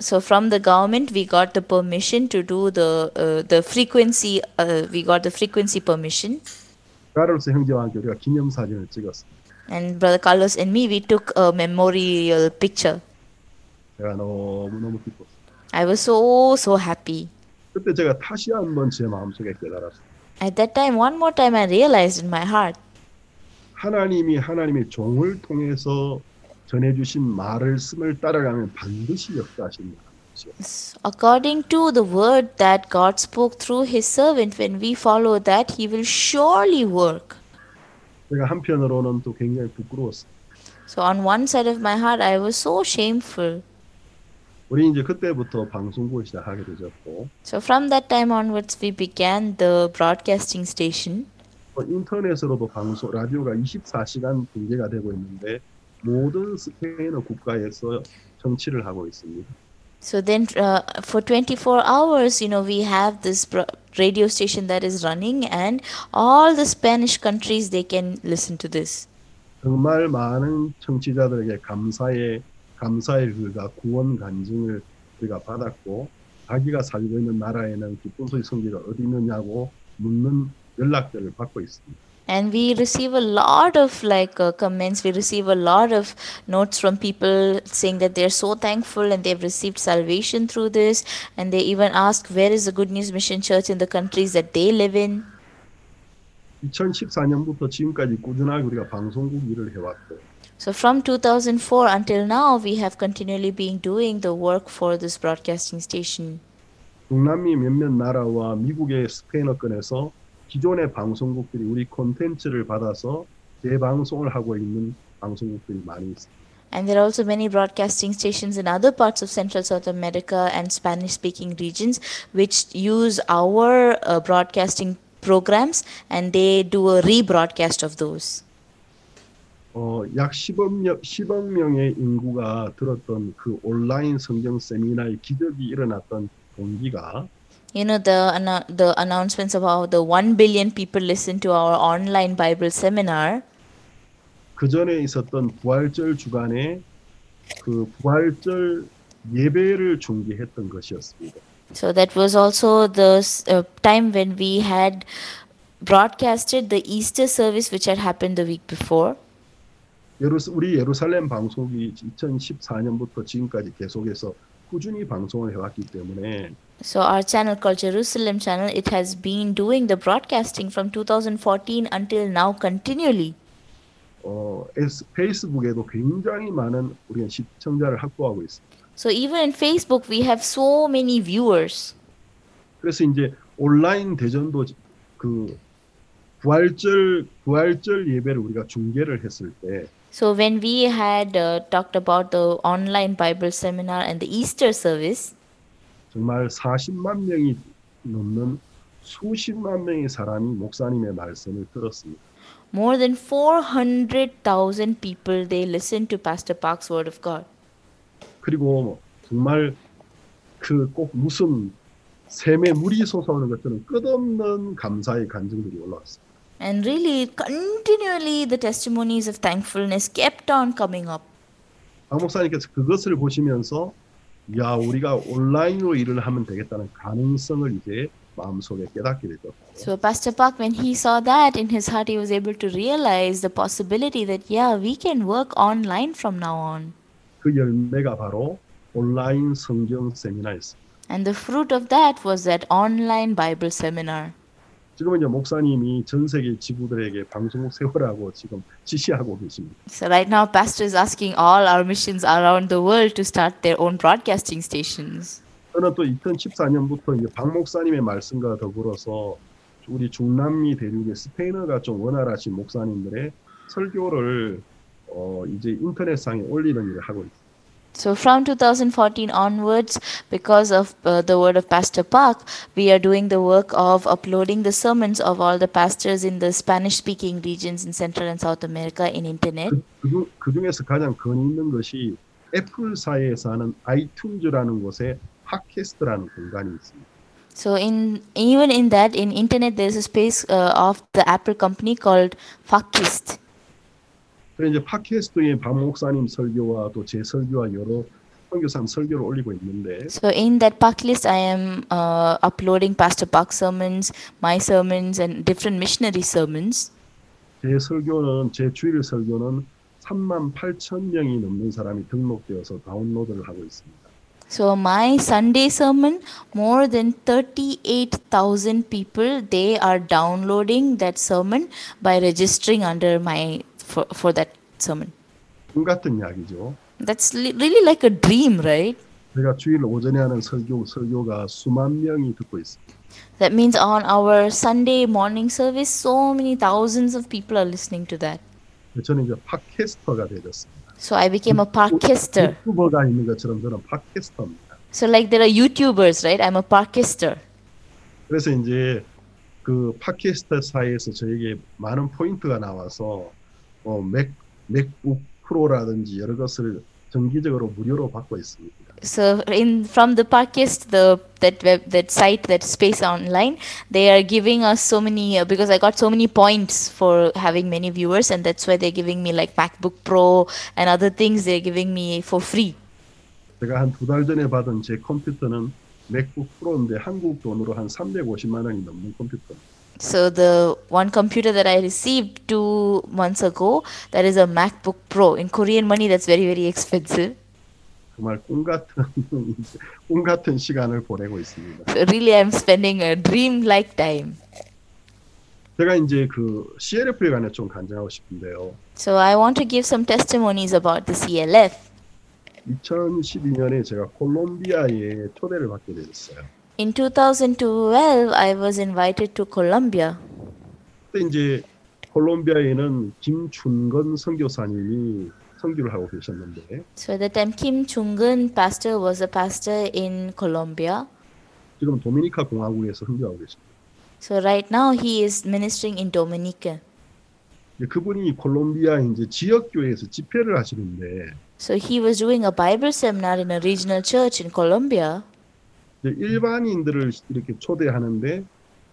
Speaker 1: So from the government, we got the permission to do the uh, the frequency. Uh, we got the frequency permission.
Speaker 2: 카를스 형제와 함께 우리가 기념사진을 찍었습니다.
Speaker 1: And Brother Carlos and me, we took a memorial picture.
Speaker 2: 제가 너무너무 기뻤어요.
Speaker 1: I was so, so happy.
Speaker 2: 그때 제가 다시 한번 제 마음속에 깨달았어요.
Speaker 1: At that time, one more time, I realized in my heart
Speaker 2: 하나님이 하나님의 종을 통해서 전해주신 말을 쓰을 따라가면 반드시 역사하신다는 것이요.
Speaker 1: according to the word that God spoke through His servant, when we follow that, He will surely work.
Speaker 2: 제가 한편으로는 또 굉장히 부끄러웠어요.
Speaker 1: So, on one side of my heart, I was so shameful.
Speaker 2: 우리 이제 그때부터 방송국을 시작하게 되었고
Speaker 1: So, from that time onwards, we began the broadcasting station.
Speaker 2: 또 인터넷으로도 방송 라디오가 24시간 공개가 되고 있는데 모든 스페인어 국가에서 정치를 하고 있습니다.
Speaker 1: So then, uh, for 24 hours, you know, we have this bro- radio station that is running, and all the Spanish countries they can listen to this.
Speaker 2: 정말 많은 청취자들에게 감사의 감사의 글과 구원 간증을 우리가 받았고 자기가 살고 있는 나라에는 기쁜 소식 성지가 어디 있느냐고 묻는 연락들을 받고 있습니다.
Speaker 1: And we receive a lot of like uh, comments. We receive a lot of notes from people saying that they're so thankful and they've received salvation through this. And they even ask, where is the Good News Mission Church in the countries that they live in?
Speaker 2: 2014년부터 지금까지 꾸준하게 우리가 방송국 일을 해왔고
Speaker 1: So from 2004 until now, we have continually been doing the work for this broadcasting station.
Speaker 2: 동남미 몇몇 나라와 미국의 스페인어권에서 기존의 방송국들이 우리 콘텐츠를 받아서 재방송을 하고 있는 방송국들이 많이 있습니다.
Speaker 1: And there are also many broadcasting stations in other parts of Central South America and Spanish speaking regions which use our uh, broadcasting programs and they do a rebroadcast of those.
Speaker 2: 어, 약 10억, 명, 10억 명의 인구가 들었던 그 온라인 성경 세미나의 기적이 일어났던 동기가
Speaker 1: You know, the, annou- the announcements of how the 1 billion people listen to our online Bible seminar.
Speaker 2: 그 전에 있었던 부활절 주간에 그 부활절 예배를 중계했던 것이었습니다.
Speaker 1: So that was also the s- uh, time when we had broadcasted the Easter service which had happened the week before.
Speaker 2: 예루사, 우리 예루살렘 방송이 2014년부터 지금까지 계속해서 꾸준히 방송을 해왔기 때문에
Speaker 1: So our channel called Jerusalem channel it has been doing the broadcasting from 2014 until now continually.
Speaker 2: 어, 에스- 페이스북에도 굉장히 많은 우리가 시청자를 확보하고 있습니다.
Speaker 1: So even in Facebook we have so many viewers.
Speaker 2: 그래서 이제 온라인 대전도 지- 그 부활절 부활절 예배를 우리가 중계를 했을 때
Speaker 1: So when we had uh, talked about the online Bible seminar and the Easter service
Speaker 2: 정말 40만 명이 넘는 수십만 명의 사람이 목사님의 말씀을 들었습니다.
Speaker 1: more than 400,000 people they listened to Pastor Park's word of God.
Speaker 2: 그리고 정말 그 꼭 무슨 샘에 물이 솟아오는 것처럼 끝없는 감사의 간증들이 올라왔습니다.
Speaker 1: And really, continually, the testimonies of thankfulness kept on coming up.
Speaker 2: 박 목사님께서 그것을 보시면서 야 우리가 온라인으로 일을 하면 되겠다는 가능성을 이제 마음속에 깨닫게 되죠.
Speaker 1: So, Pastor Park, when he saw that in his heart, he was able to realize the possibility that, yeah, we can work online from now on.
Speaker 2: 그 열매가 바로 온라인 성경 세미나였습니다.
Speaker 1: And the fruit of that was that online Bible seminar.
Speaker 2: 지금은 이제 목사님이 전 세계 지구들에게 방송국 세우라고 지금 지시하고 계십니다.
Speaker 1: So, right now, Pastor is asking all our missions around the world to start their own broadcasting stations.
Speaker 2: 저는 또 2014년부터 이제 박 목사님의 말씀과 더불어서 우리 중남미 대륙의 스페인어가 좀 원활하신 목사님들의 설교를 어, 이제 인터넷상에 올리는 일을 하고 있습니다.
Speaker 1: So, from 2014 onwards, because of uh, the word of Pastor Park, we are doing the work of uploading the sermons of all the pastors in the Spanish speaking regions in Central and South America in internet.
Speaker 2: 그, 그, 그 중에서 가장 근위 있는 것이 애플사에 서 사는 아이튠즈라는 곳에 팟캐스트라는 공간이 있습니다.
Speaker 1: So, in even in that, in internet, there's a space uh, of the Apple company called Fakist.
Speaker 2: 그래서 이제 팟캐스트에 박 목사님 설교와 또 제 설교와 여러 선교사님 설교를 올리고 있는데
Speaker 1: So, in that Park list, I am uh, uploading Pastor Park sermons, my sermons, and different missionary sermons.
Speaker 2: 제 설교는 제 주일 설교는 3만 8천 명이 넘는 사람이 등록되어서 다운로드를 하고 있습니다.
Speaker 1: So my Sunday sermon, more than 38,000 people, they are downloading that sermon by registering under my for, for that sermon.
Speaker 2: 꿈음 같은 이야기죠.
Speaker 1: That's li- really like a dream, right?
Speaker 2: 제가 주일 오전에 하는 설교 설교가 수만 명이 듣고 있습니다.
Speaker 1: That means on our Sunday morning service, so many thousands of people are listening to that.
Speaker 2: 저는 이제 팟캐스터가 되었습니다.
Speaker 1: So I became a parkister.
Speaker 2: 유튜버가 있는 것처럼 저는 팟캐스터입니다.
Speaker 1: So like there are YouTubers, right? I'm a parkister.
Speaker 2: 그래서 이제 그 팟캐스트사에서 저에게 많은 포인트가 나와서 어, 맥 맥북 프로라든지 여러 것을 정기적으로 무료로 받고 있습니다.
Speaker 1: So in from the podcast, the that web that site that space online, they are giving us so many uh, because I got so many points for having many viewers, and that's why they're giving me like MacBook Pro and other things they're giving me for free.
Speaker 2: 제가 한 두 달 전에 받은 제 컴퓨터는 맥북 프로인데 한국 돈으로 한 350만 원이 넘는 컴퓨터.
Speaker 1: So the one computer that I received two months ago, that is a MacBook Pro. In Korean money, that's very very expensive.
Speaker 2: 정말 꿈 같은 꿈 같은 시간을 보내고 있습니다.
Speaker 1: So really, I'm spending a dream-like time.
Speaker 2: 제가 이제 그 CLF에 관해 좀 간증하고 싶은데요.
Speaker 1: So I want to give some testimonies about the CLF.
Speaker 2: 2012년에 제가 콜롬비아에 초대를 받게 되었어요.
Speaker 1: In 2012, I was invited to Colombia.
Speaker 2: 그때 이제 콜롬비아에는 김춘건 선교사님이 선교를 하고 계셨는데
Speaker 1: So at the time, Kim Chungun pastor was a pastor in Colombia.
Speaker 2: 지금 도미니카 공화국에서 선교하고 계십니다.
Speaker 1: So right now, he is ministering in Dominica.
Speaker 2: 이제 그분이 콜롬비아 이제 지역 교회에서 집회를 하시는데
Speaker 1: So he was doing a Bible seminar in a regional church in Colombia.
Speaker 2: 이제 일반인들을 이렇게 초대하는데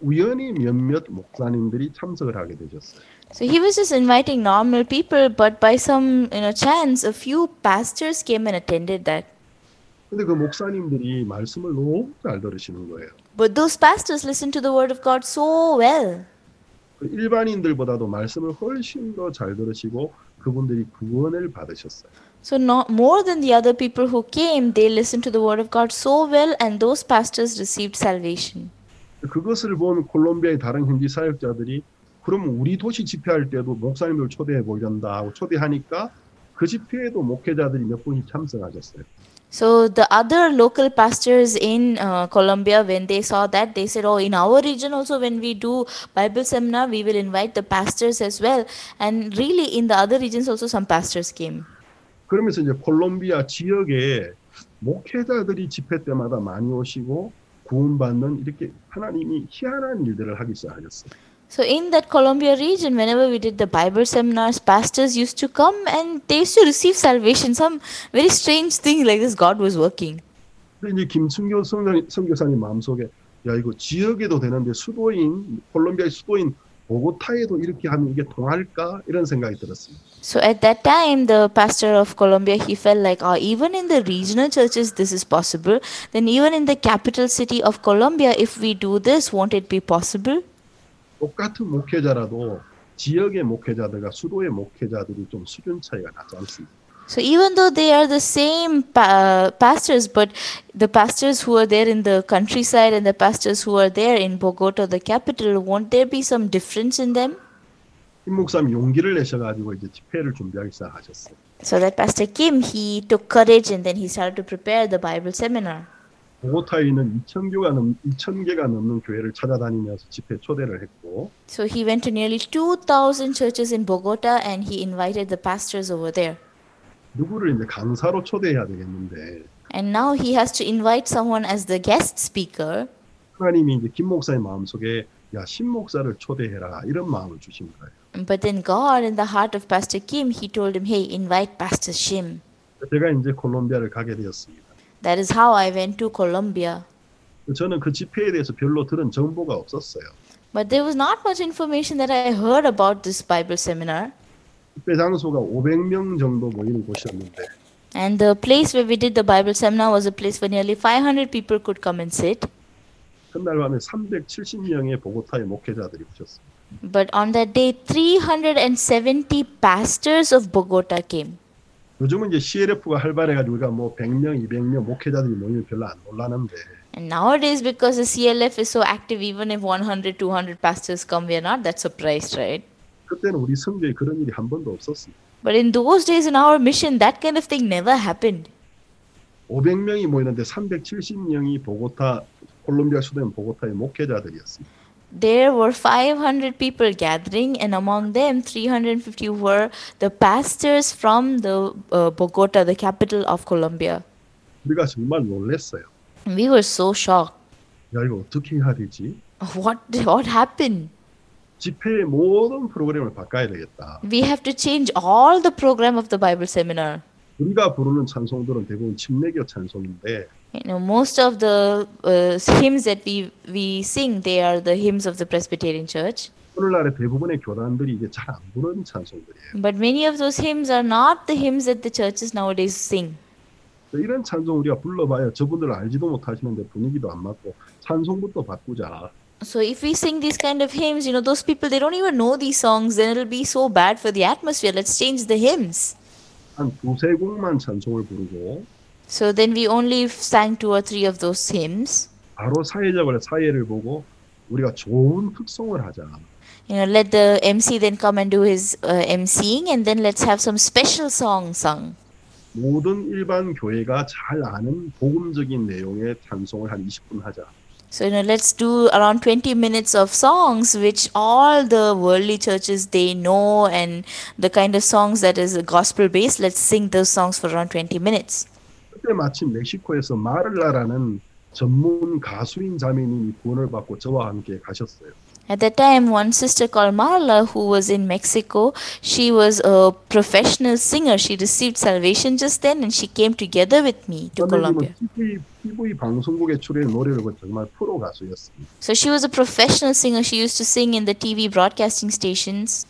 Speaker 2: 우연히 몇몇 목사님들이 참석을 하게 되셨어요.
Speaker 1: So he was just inviting normal people, but by some you know chance, a few pastors came and attended that.
Speaker 2: 근데 그 목사님들이 말씀을 너무 잘 들으시는 거예요.
Speaker 1: But those pastors listened to the word of God so well.
Speaker 2: 그 일반인들보다도 말씀을 훨씬 더 잘 들으시고 그분들이 구원을 받으셨어요.
Speaker 1: So not more than the other people who came, they listened to the word of God so well, and those pastors received salvation.
Speaker 2: 그것을 본 콜롬비아의 다른 현지 사역자들이 그럼 우리 도시 집회할 때도 목사님을 초대해 보련다 하고 초대하니까 그 집회에도 목회자들이 몇 분이 참석하셨어요.
Speaker 1: So the other local pastors in uh, Colombia, when they saw that, they said, "Oh, in our region also, when we do Bible seminar, we will invite the pastors as well." And really, in the other regions also, some pastors came.
Speaker 2: 그러면서 이제 콜롬비아 지역에 목회자들이 집회 때마다 많이 오시고 구원받는 이렇게 하나님이 희한한 일들을 하기 시작하셨어요.
Speaker 1: So in that Colombia region, whenever we did the Bible seminars, pastors used to come and they used to receive salvation. Some very strange thing like this, God was working.
Speaker 2: 근데 이제 김순교 선교- 선교사님 마음속에 야 이거 지역에도 되는데 수도인 콜롬비아의 수도인 보고타에도 이렇게 하면 이게 통할까 이런 생각이 들었습니다.
Speaker 1: So at that time, the pastor of Colombia he felt like, oh, even in the regional churches this is possible. Then even in the capital city of Colombia, if we do this, won't it be possible?
Speaker 2: 똑같은 목회자라도 지역의 목회자들과 수도의 목회자들이 좀 수준 차이가 나지 않습니다.
Speaker 1: So even though they are the same pa- uh, pastors, but the pastors who are there in the countryside and the pastors who are there in Bogota, the capital, won't there be some difference in them?
Speaker 2: 김 목사님 용기를 내셔가지고 이제 집회를 준비하기 시작하셨어요.
Speaker 1: So that pastor Kim he took courage and then he started to prepare the Bible seminar.
Speaker 2: 보고타에 있는 2천 개가 넘 2천 개가 넘는 교회를 찾아다니면서 집회 초대를 했고
Speaker 1: So he went to nearly 2,000 churches in Bogota and he invited the pastors over there.
Speaker 2: 누구를 이제 강사로 초대해야 되겠는데
Speaker 1: And now he has to invite someone as the guest speaker.
Speaker 2: 하나님이 이제 김 목사의 마음속에 야, 신 목사를 초대해라 이런 마음을 주신 거예요.
Speaker 1: But then God, in the heart of Pastor Kim, he told him, Hey, invite Pastor Shim.
Speaker 2: 제가 이제 콜롬비아를 가게 되었습니다.
Speaker 1: That is how I went to Colombia.
Speaker 2: 저는 그 집회에 대해서 별로 들은 정보가 없었어요.
Speaker 1: But there was not much information that I heard about this Bible seminar.
Speaker 2: 집회 장소가 500명 정도 모이는 곳이었는데
Speaker 1: And the place where we did the Bible seminar was a place where nearly 500 people could come and sit.
Speaker 2: 그날 밤에 370명의 보고타의 목회자들이 오셨습니다.
Speaker 1: But on that day, 370 pastors of Bogota came.
Speaker 2: 요즘은 이제 CLF가 활발해가지고 우리가 뭐 100명, 200명 목회자들이 모이면 별로 안 놀라는데
Speaker 1: And nowadays, because the CLF is so active, even if 100, 200 pastors come, we are not that surprised, right?
Speaker 2: 그때는 우리 성교에 그런 일이 한 번도 없었습니다.
Speaker 1: But in those days in our mission, that kind of thing never happened.
Speaker 2: 500명이 모이는데 370명이 보고타 콜롬비아 수도인 보고타의 목회자들이었습니다.
Speaker 1: There were 500 people gathering, and among them, 350 were the pastors from the uh, Bogota, the capital of Colombia.
Speaker 2: 우리가 정말 놀랬어요.
Speaker 1: And we were so shocked.
Speaker 2: 야 이거 어떻게 해야 되지?
Speaker 1: What what happened?
Speaker 2: 집회의 모든 프로그램을 바꿔야 되겠다.
Speaker 1: We have to change all the program of the Bible seminar.
Speaker 2: 우리가 부르는 찬송들은 대부분 침례교 찬송인데
Speaker 1: You know, most of the uh, hymns that we we sing, they are the hymns of the Presbyterian Church.
Speaker 2: 오늘날의 대부분의 교단들이 이제 잘 안 부르는 찬송들이에요.
Speaker 1: But many of those hymns are not the hymns that the churches nowadays sing.
Speaker 2: 그래서 이런 찬송 우리가 불러봐야 저분들 알지도 못하시는데 분위기도 안 맞고 찬송부터 바꾸자.
Speaker 1: So if we sing these kind of hymns, you know, those people they don't even know these songs, then it'll be so bad for the atmosphere. Let's change the hymns.
Speaker 2: 한 두세 곡만 찬송을 부르고
Speaker 1: So then we only sang two or three of those hymns.
Speaker 2: 바로 사회적으로 사회를 보고 우리가 좋은 특성을 하자.
Speaker 1: You know, let the MC then come and do his uh, MCing, and then let's have some special song sung.
Speaker 2: 모든 일반 교회가 잘 아는 복음적인 내용의 찬송을 한 20분 하자.
Speaker 1: So you know, let's do around 20 minutes of songs, which all the worldly churches they know, and the kind of songs that is gospel based. Let's sing those songs for around 20 minutes.
Speaker 2: 그때 마침 멕시코에서 마를라라는 전문 가수인 자매님이 구원을 받고 저와 함께 가셨어요.
Speaker 1: At that time, one sister called Marla, who was in Mexico, she was a professional singer. She received salvation just then and she came together with me to
Speaker 2: 자매님은
Speaker 1: Colombia.
Speaker 2: TV, TV 방송국에 출연 노래를 부른 정말 프로 가수였습니다.
Speaker 1: So she was a professional singer. She used to sing in the TV broadcasting stations.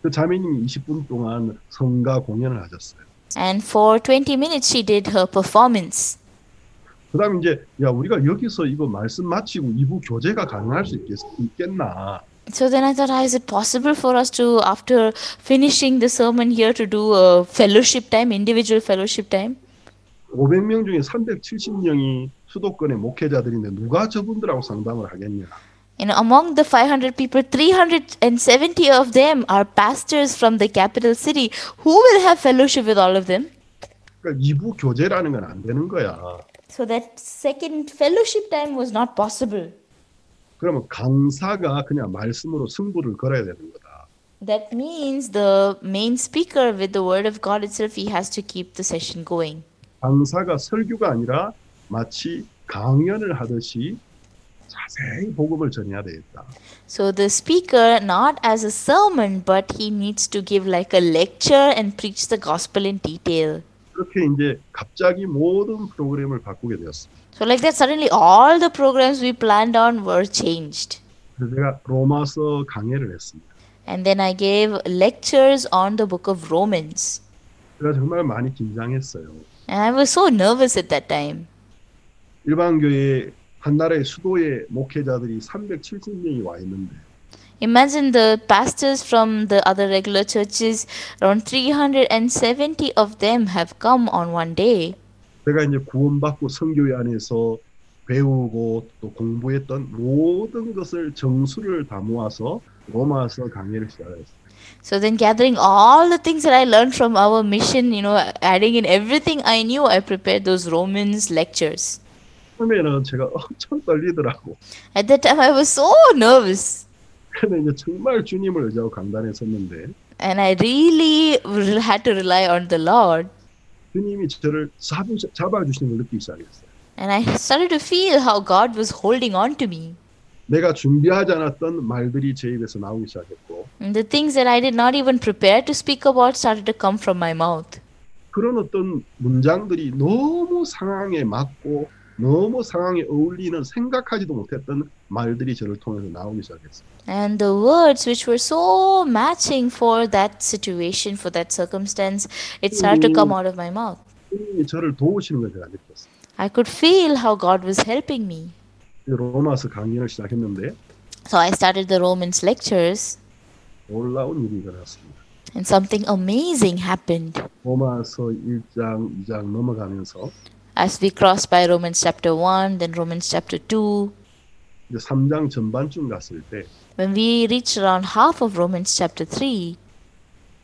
Speaker 2: 그 자매님이 20분 동안 성가 공연을 하셨어요.
Speaker 1: And for 20 minutes, she did her performance.
Speaker 2: 그 다음 이제 야 우리가 여기서 이거 말씀 마치고 2부 교제가 가능할 수 있겠, 있겠나
Speaker 1: So then I thought, ah, is it possible for us to, after finishing the sermon here, to do a fellowship time, individual fellowship time?
Speaker 2: 500명 중에 370명이 수도권의 목회자들인데 누가 저분들하고 상담을 하겠냐
Speaker 1: You know, among the 500 people, 370 of them are pastors from the capital city. Who will have fellowship with all of them?
Speaker 2: 그러니까 2부 교제라는 건 안 되는 거야
Speaker 1: So that second fellowship time was not possible.
Speaker 2: 그러면 강사가 그냥 말씀으로 승부를 걸어야 되는 거다
Speaker 1: That means the main speaker, with the word of God itself, he has to keep the session going.
Speaker 2: 강사가 설교가 아니라 마치 강연을 하듯이 자세히 복음을 전해야 되겠다
Speaker 1: So the speaker, not as a sermon, but he needs to give like a lecture and preach the gospel in detail.
Speaker 2: 그렇게 이제 갑자기 모든 프로그램을 바꾸게 되었습니다
Speaker 1: So, like that, suddenly all the programs we planned on were changed.
Speaker 2: 그래서 제가 로마서 강의를 했습니다
Speaker 1: And then I gave lectures on the book of Romans.
Speaker 2: 제가 정말 많이 긴장했어요.
Speaker 1: And I was so nervous at that time.
Speaker 2: 일반 교회 한 나라의 수도에 목회자들이 370명이 와 있는데
Speaker 1: Imagine the pastors from the other regular churches, around 370 of them have come on one day.
Speaker 2: 제가 이제 구원받고 선교회 안에서 배우고 또 공부했던 모든 것을 정수를 다 모아서 로마서 강의를 시작했어요.
Speaker 1: So then, gathering all the things that I learned from our mission, you know, adding in everything I knew, I prepared those Romans lectures.
Speaker 2: 처음에는 제가 엄청 떨리더라고.
Speaker 1: At that time, I was so nervous.
Speaker 2: 근데 이제 정말 주님을 의지하고 강단에 섰는데
Speaker 1: And I really had to rely on the Lord.
Speaker 2: 주님이 저를 잡으, 잡아주시는 걸 느끼기 시작했어요.
Speaker 1: And I started to feel how God was holding on to me.
Speaker 2: 내가 준비하지 않았던 말들이 제 입에서 나오기 시작했고
Speaker 1: And the things that I did not even prepare to speak about started to come from my mouth.
Speaker 2: 그런 어떤 문장들이 너무 상황에 맞고 너무 상황에 어울리는 생각하지도 못했던 말들이 저를 통해서 나오기 시작했어요.
Speaker 1: And the words which were so matching for that situation, for that circumstance, it started to come out of my mouth.
Speaker 2: 주님이 저를 도우시는 걸 제가 느꼈어요.
Speaker 1: I could feel how God was helping me.
Speaker 2: 로마서 강연을 시작했는데
Speaker 1: So I started the Romans lectures,
Speaker 2: 놀라운 일이 일어났습니다.
Speaker 1: and something amazing happened.
Speaker 2: 로마서 1장, 2장 넘어가면서
Speaker 1: As we crossed by Romans chapter 1, then Romans chapter 2,
Speaker 2: 이제 3장 전반쯤 갔을 때
Speaker 1: when we reached around half of Romans chapter 3,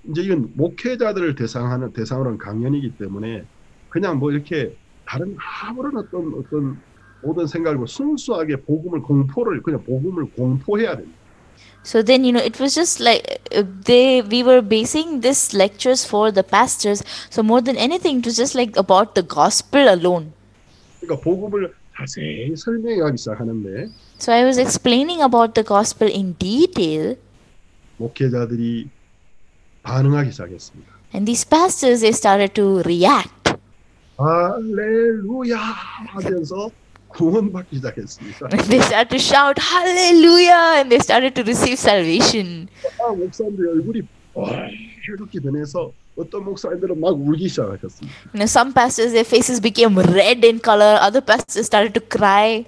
Speaker 2: 이제 이건 목회자들을 대상하는 대상으로 한 강연이기 때문에 그냥 뭐 이렇게 다른 아무런 어떤 어떤 모든 생각을 순수하게 복음을 공포를 그냥 복음을 공포해야 됩니다.
Speaker 1: So then, you know, it was just like uh, they we were basing this lectures for the pastors. So more than anything, it was just like about the gospel alone.
Speaker 2: 그러니까 복음을 자세히 설명하기 시작하는데
Speaker 1: So I was explaining about the gospel in detail,
Speaker 2: 목회자들이 반응하기 시작했습니다.
Speaker 1: and these pastors they started to react.
Speaker 2: 할렐루야 하면서 구원받기 시작했습니다.
Speaker 1: they started to shout hallelujah and they started to receive salvation.
Speaker 2: 아, 목사님들 얼굴이 이렇게 변해서 어떤 목사님들은 막 울기 시작하셨습니다.
Speaker 1: You know, some pastors their faces became red in color, other pastors started to cry.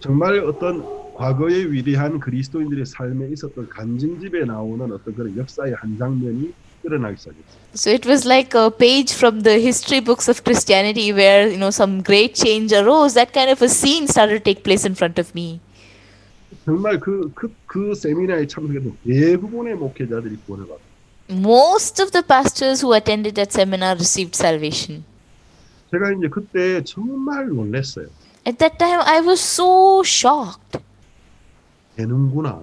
Speaker 2: 정말 어떤 과거의 위대한 그리스도인들의 삶에 있었던 간증집에 나오는 어떤 그런 역사의 한 장면이 드러나기 시작했습니다.
Speaker 1: So it was like a page from the history books of Christianity where, you know, some great change arose. That kind of a scene started to take place in front of me.
Speaker 2: 정말 그, 그, 그 세미나에 참석했던 대부분의 목회자들이 구원을 받았습니다.
Speaker 1: Most of the pastors who attended that seminar received salvation.
Speaker 2: 제가 이제 그때 정말 놀랐어요.
Speaker 1: At that time, I was so shocked.
Speaker 2: 되는구나.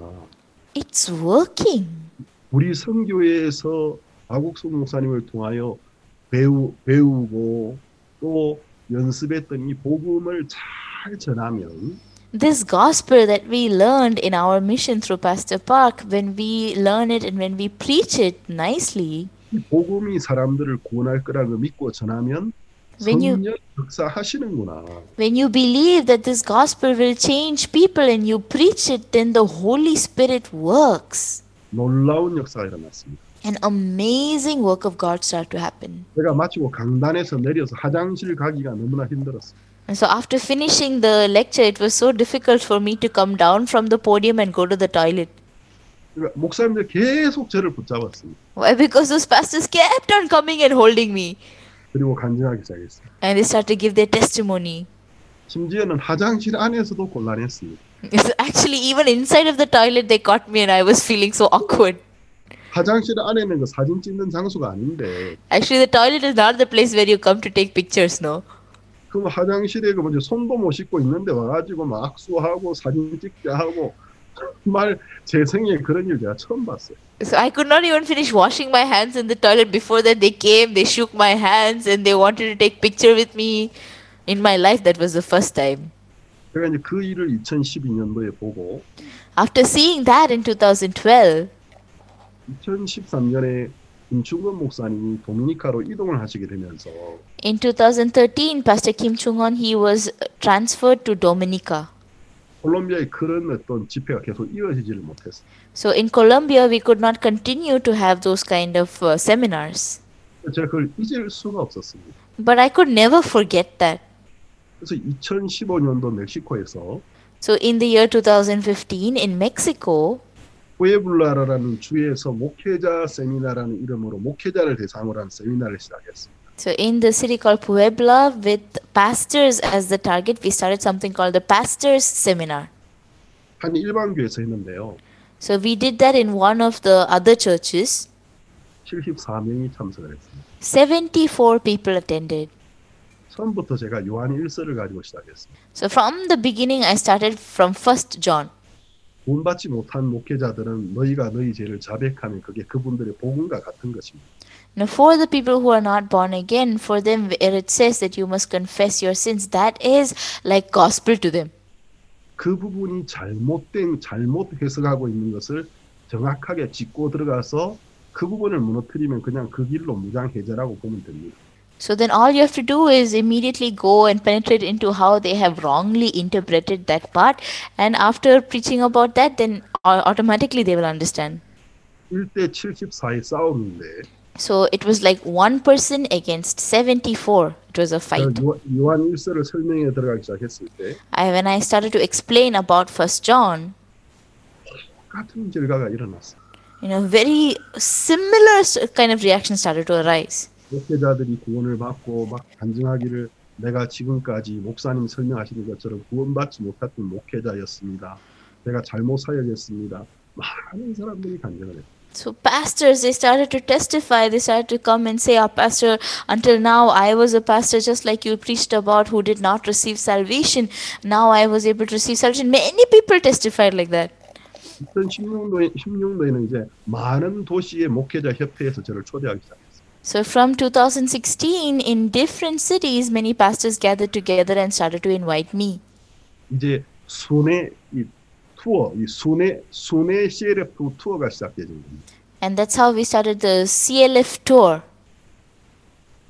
Speaker 1: It's working.
Speaker 2: 우리 선교회에서 아국수 목사님을 통하여 배우, 배우고 또 연습했던 이 복음을 잘 전하면
Speaker 1: This gospel that we learned in our mission through Pastor Park, when we learn it and when we preach it nicely,
Speaker 2: 이 복음이 사람들을 구원할 거라고 믿고 전하면
Speaker 1: When you-
Speaker 2: 성령 역사하시는구나.
Speaker 1: when you believe that this gospel will change people and you preach it, then the Holy Spirit works.
Speaker 2: 놀라운 역사가 일어났습니다.
Speaker 1: An amazing work of God start to happen.
Speaker 2: 제가 마치고 강단에서 내려서 화장실 가기가 너무나 힘들었어요.
Speaker 1: And so after finishing the lecture, it was so difficult for me to come down from the podium and go to the toilet.
Speaker 2: 그러니까 목사님들 계속 저를 붙잡았습니다.
Speaker 1: Why? Because those pastors kept on coming and holding me.
Speaker 2: 그리고 간증하기 시작했어요.
Speaker 1: And they started to give their testimony.
Speaker 2: 심지어는 화장실 안에서도 곤란했습니다.
Speaker 1: So actually, even inside of the toilet, they caught me and I was feeling so awkward.
Speaker 2: 화장실 안에는 그 사진 찍는 장소가 아닌데
Speaker 1: Actually, the toilet is not the place where you come to take pictures, no?
Speaker 2: 그 화장실에 그 먼저 손도 못 씻고 있는데 와가지고 막 악수하고 사진 찍게 하고 정말 제 생에 그런 일 제가 처음 봤어요.
Speaker 1: So I could not even finish washing my hands in the toilet. Before that, they came, they shook my hands, and they wanted to take picture with me. In my life, that was the first time.
Speaker 2: 제가 이제 그 일을 2012년도에 보고
Speaker 1: After seeing that in 2012,
Speaker 2: 2013년에 김충건 목사님이 도미니카로 이동을 하시게 되면서
Speaker 1: in 2013, Pastor Kim Chung Hon he was transferred to Dominica.
Speaker 2: 콜롬비아의 그런 어떤 집회가 계속 이어지지를 못했어요.
Speaker 1: So in Colombia, we could not continue to have those kind of uh, seminars.
Speaker 2: 제가 그걸 잊을 수가 없었습니다.
Speaker 1: But I could never forget that.
Speaker 2: 그래서 2015년도 멕시코에서
Speaker 1: So in the year 2015 in Mexico,
Speaker 2: 후에블라라라는 주에서 목회자 세미나라는 이름으로 목회자를 대상으로 한 세미나를 시작했습니다.
Speaker 1: so in the city called Puebla, with pastors as the target, we started something called the Pastors Seminar.
Speaker 2: 한 일반교에서 했는데요.
Speaker 1: So we did that in one of the other churches.
Speaker 2: 74명이 참석을 했습니다.
Speaker 1: 74 people attended.
Speaker 2: 처음부터 제가 요한 일서를 가지고 시작했습니다.
Speaker 1: So from the beginning, I started from First John.
Speaker 2: 구원받지 못한 목회자들은 너희가 너희 죄를 자백하면 그게 그분들의 복음과 같은 것입니다.
Speaker 1: Now, for the people who are not born again, for them, where it says that you must confess your sins, that is like gospel to them.
Speaker 2: 그 부분이 잘못된 잘못 해석하고 있는 것을 정확하게 짚고 들어가서 그 부분을 무너뜨리면 그냥 그 길로 무장해제라고 보면 됩니다.
Speaker 1: So then all you have to do is immediately go and penetrate into how they have wrongly interpreted that part. And after preaching about that, then au- automatically they will understand.
Speaker 2: 1대 74의 싸움인데
Speaker 1: So it was like one person against 74. It was a fight.
Speaker 2: 요- 요한 일서를 설명에 들어가기 시작했을 때
Speaker 1: I, when I started to explain about First John,
Speaker 2: 똑같은 결과가 일어났어요.
Speaker 1: you know, very similar s- kind of reaction started to arise.
Speaker 2: 목회자들이 구원을 받고 막 간증하기를 내가 지금까지 목사님 설명하시는 것처럼 구원받지 못했던 목회자였습니다. 내가 잘못 사역했습니다. 많은 사람들이 간증을 했어요.
Speaker 1: So pastors, they started to testify. They started to come and say, "Our pastor, until now I was a pastor just like you preached about, who did not receive salvation. Now I was able to receive salvation." Many people testified like that.
Speaker 2: 2016년도에, 16년도에는 이제 많은 도시의 목회자 협회에서 저를 초대하기 시작했어요.
Speaker 1: So, from 2016, in different cities, many pastors gathered together and started to invite me.
Speaker 2: 이제 순회 이 투어, 이 순회 순회 CLF 투어가 시작되는 겁니다.
Speaker 1: And that's how we started the CLF tour.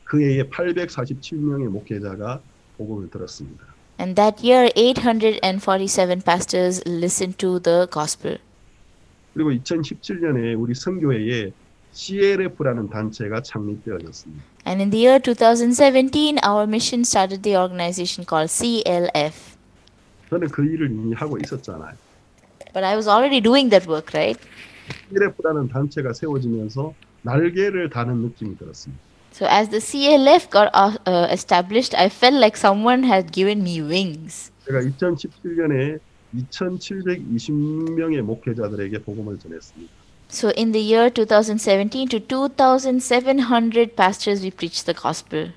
Speaker 2: 그 해에 847명의 목회자가 복음을 들었습니다.
Speaker 1: And that year, 847 pastors listened to the gospel.
Speaker 2: 그리고 2017년에 우리 선교회에 CLF라는 단체가 창립되어졌습니다.
Speaker 1: And in the year 2017, our mission started the organization called CLF.
Speaker 2: 저는 그 일을 이미 하고 있었잖아요.
Speaker 1: But I was already doing that work, right?
Speaker 2: CLF라는 단체가 세워지면서 날개를 다는 느낌이 들었습니다.
Speaker 1: So, as the CLF got uh, uh, established, I felt like someone had given me wings.
Speaker 2: 제가 2017년에 2,720명의 목회자들에게 복음을 전했습니다.
Speaker 1: So, in the year 2017 to 2700 pastors, we preached the gospel.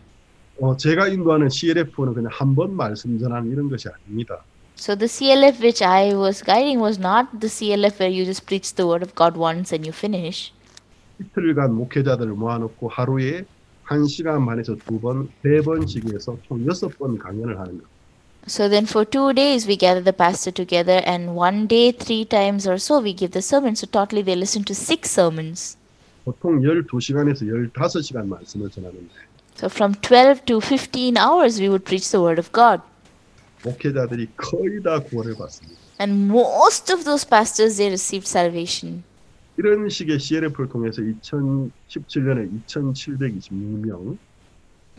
Speaker 2: 어, 제가 인도하는 CLF는 그냥 한 번 말씀 전하는 이런 것이 아닙니다.
Speaker 1: So, the CLF which I was guiding was not the CLF where you just preach the word of God once and you finish.
Speaker 2: 이틀간 목회자들을 모아놓고 하루에 한시간 반에서 두 번, 세 번씩 해서 총 여섯 번 강연을 하는 것.
Speaker 1: So, then for two days, we gather the pastor together, and one day, three times or so, we give the sermon. So, totally, they listen to six sermons.
Speaker 2: 보통 12시간에서 15시간 말씀을 전하는데
Speaker 1: So from 12 to 15 hours, we would preach the word of God.
Speaker 2: 목회자들이 거의 다 구원을 받습니다.
Speaker 1: And most of those pastors, they received salvation.
Speaker 2: 이런 식의 CLF를 통해서 2017년에 2,726명,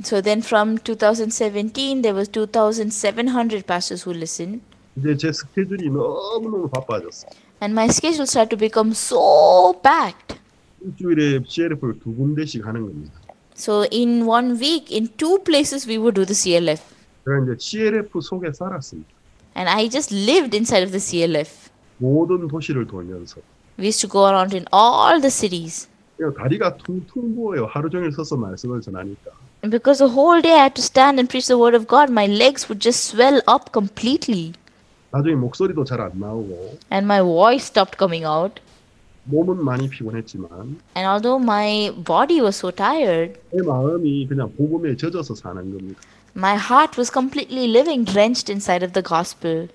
Speaker 1: So then from 2017, there was 2,700 pastors who listened.
Speaker 2: 이제 제 스케줄이 너무너무 바빠졌어요.
Speaker 1: And my schedule started to become so packed.
Speaker 2: 일주일에 CLF를 두 군데씩 하는 겁니다.
Speaker 1: So in one week, in two places, we would do the CLF.
Speaker 2: 제가 이제 CLF 속에 살았습니다.
Speaker 1: And I just lived inside of the CLF.
Speaker 2: 모든 도시를 돌면서.
Speaker 1: We used to go around in all the cities.
Speaker 2: 그냥 다리가 퉁퉁 부어요. 하루 종일 서서 말씀을 전하니까.
Speaker 1: And because the whole day I had to stand and preach the word of God, my legs would just swell up completely.
Speaker 2: 나중에 목소리도 잘 안 나오고
Speaker 1: and my voice stopped coming out.
Speaker 2: 몸은 많이 피곤했지만
Speaker 1: And although my body was so tired,
Speaker 2: 내 마음이 그냥 복음에 젖어서 사는 겁니다.
Speaker 1: my heart was completely living drenched inside of the gospel.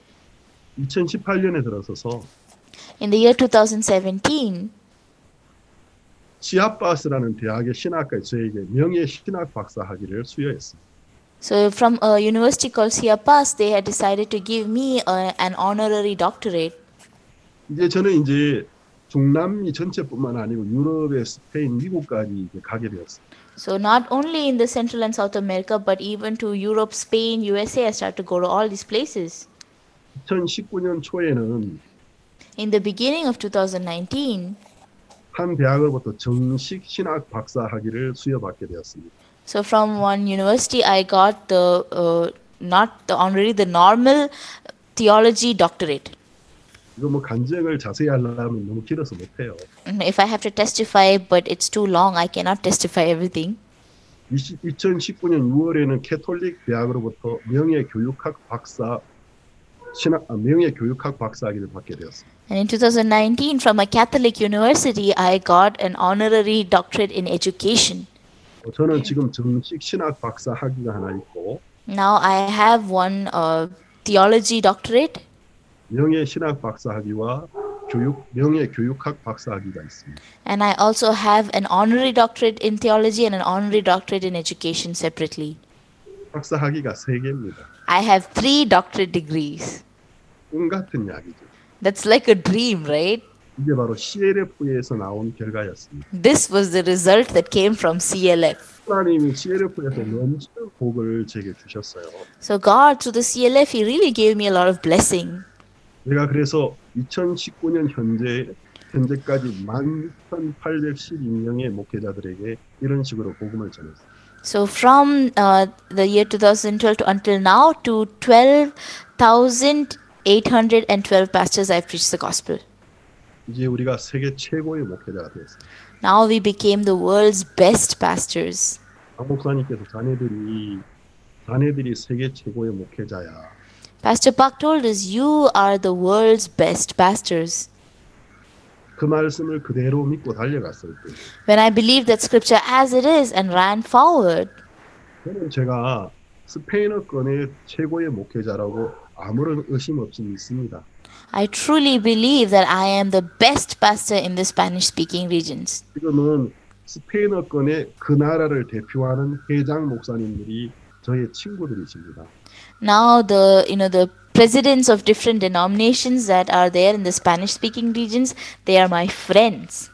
Speaker 2: 2018년에 들어서서
Speaker 1: In the year 2017,
Speaker 2: 시아바스라는 대학의 신학과에 저에게 명예 신학 박사 학위를 수여했습니다.
Speaker 1: so from a university called Siapas, they had decided to give me a, an honorary doctorate.
Speaker 2: 이제 저는 이제 중남미 전체뿐만 아니고 유럽의 스페인, 미국까지 이제 가게 되었습니다.
Speaker 1: So not only in the Central and South America, but even to Europe, Spain, USA, I started to go to all these places.
Speaker 2: 2019년 초에는
Speaker 1: In the beginning of 2019,
Speaker 2: 한 대학으로부터 정식 신학 박사 학위를 수여받게 되었습니다.
Speaker 1: So from one university, I got the uh, not the honorary, the normal theology doctorate.
Speaker 2: 이거 뭐 간증을 자세히 하려면 너무 길어서 못해요.
Speaker 1: And If I have to testify, but it's too long, I cannot testify everything.
Speaker 2: 2019년 6월에는 캐톨릭 대학으로부터 명예 교육학 박사 신학 아, 명예 교육학 박사 학위를 받게 되었습니다.
Speaker 1: And in 2019, from a Catholic university, I got an honorary doctorate in education.
Speaker 2: 어, 저는 지금 정식 신학 박사 학위가 하나 있고
Speaker 1: Now I have one uh, theology doctorate
Speaker 2: 명예 신학 박사 학위와 교육 명예 교육학 박사 학위가 있습니다.
Speaker 1: and I also have an honorary doctorate in theology and an honorary doctorate in education separately.
Speaker 2: 박사 학위가 세 개입니다.
Speaker 1: I have three doctorate degrees.
Speaker 2: 꿈 같은 이야기죠.
Speaker 1: That's like a dream, right?
Speaker 2: 이게 바로 CLF에서 나온 결과였습니다.
Speaker 1: This was the result that came from CLF.
Speaker 2: 하나님이 CLF에서 넘치는 복을 제게 주셨어요.
Speaker 1: So God through the CLF he really gave me a lot of blessing.
Speaker 2: 제가 그래서 2019년 현재 현재까지 16,812명의 목회자들에게 이런 식으로 복음을 전했어요.
Speaker 1: So from uh, the year 2012 to until now to 12,812 pastors I preached the gospel.
Speaker 2: 이제 우리가 세계 최고의 목회자가 되었어요.
Speaker 1: Now we became the world's best pastors.
Speaker 2: 박 목사님께서 자네들이 자네들이 세계 최고의 목회자야.
Speaker 1: Pastor Pak told us you are the world's best pastors.
Speaker 2: 그 말씀을 그대로 믿고 달려갔을 때
Speaker 1: When I believed that scripture as it is and ran forward,
Speaker 2: 저는 제가 스페인어권의 최고의 목회자라고 아무런 의심 없이 믿습니다.
Speaker 1: I truly believe that I am the best pastor in the Spanish speaking regions.
Speaker 2: 지금은 스페인어권의 그 나라를 대표하는 회장 목사님들이 저의 친구들이십니다.
Speaker 1: Now the you know the presidents of different denominations that are there in the Spanish speaking regions, they are my friends.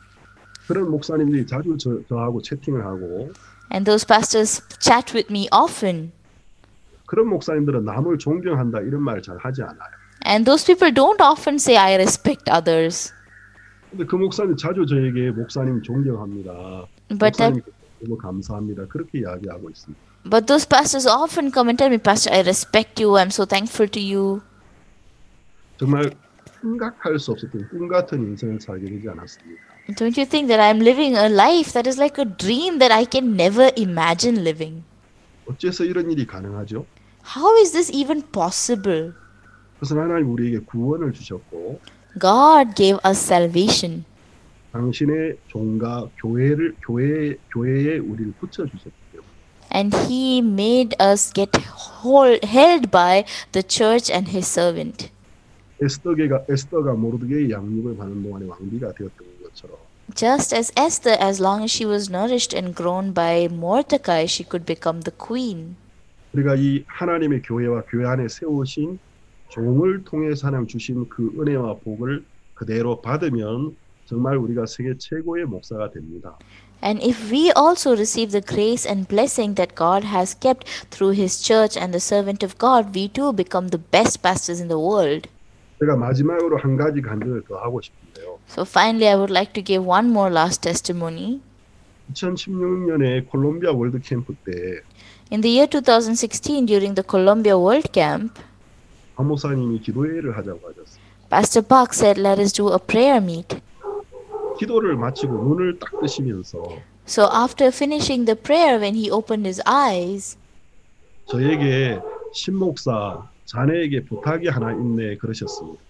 Speaker 2: 그런 목사님들이 자주 저, 저하고 채팅을 하고
Speaker 1: And those pastors chat with me often.
Speaker 2: 그런 목사님들은 남을 존경한다 이런 말 잘 하지 않아요.
Speaker 1: And those people don't often say I respect others.
Speaker 2: 근데 그 목사님 자주 저에게 목사님 존경합니다.
Speaker 1: But that
Speaker 2: 목사님 너무 감사합니다. 그렇게 이야기하고 있습니다.
Speaker 1: But those pastors often come and tell me, Pastor, I respect you. I'm so thankful to you.
Speaker 2: 정말 생각할 수 없었던 꿈 같은 인생을 살게 되지 않았습니다.
Speaker 1: Don't you think that I'm living a life that is like a dream that I can never imagine living?
Speaker 2: 어째서 이런 일이 가능하죠?
Speaker 1: How is this even possible?
Speaker 2: 그것은 하나님 우리에게 구원을 주셨고
Speaker 1: God gave us salvation.
Speaker 2: 당신의 종과 교회를 교회 교회에 우리를 붙여 주셨고요.
Speaker 1: And he made us get hold, held by the church and his servant.
Speaker 2: 에스더가 에스더가 모르드게의 양육을 받는 동안에 왕비가 되었던 것처럼
Speaker 1: Just as Esther, as long as she was nourished and grown by Mordecai, she could become the queen.
Speaker 2: 우리가 이 하나님의 교회와 교회 안에 세우신 종을 통해서 하나님 주신 그 은혜와 복을 그대로 받으면 정말 우리가 세계 최고의 목사가 됩니다.
Speaker 1: And if we also receive the grace and blessing that God has kept through His church and the servant of God, we too become the best pastors in the world.
Speaker 2: 제가 마지막으로 한 가지 간증을 더 하고 싶은데요.
Speaker 1: So, finally, I would like to give one more last testimony.
Speaker 2: 2016년에 콜롬비아 월드 캠프 때
Speaker 1: In the year 2016, during the Colombia World Camp,
Speaker 2: 박목사님이 기도회를 하자고 하셨어요.
Speaker 1: Pastor Park said, Let us do a prayer meet.
Speaker 2: 기도를 마치고 눈을 딱 뜨시면서
Speaker 1: So, after finishing the prayer, when he opened his eyes,
Speaker 2: 저에게 신목사 자네에게 부탁이 하나 있네 그러셨습니다.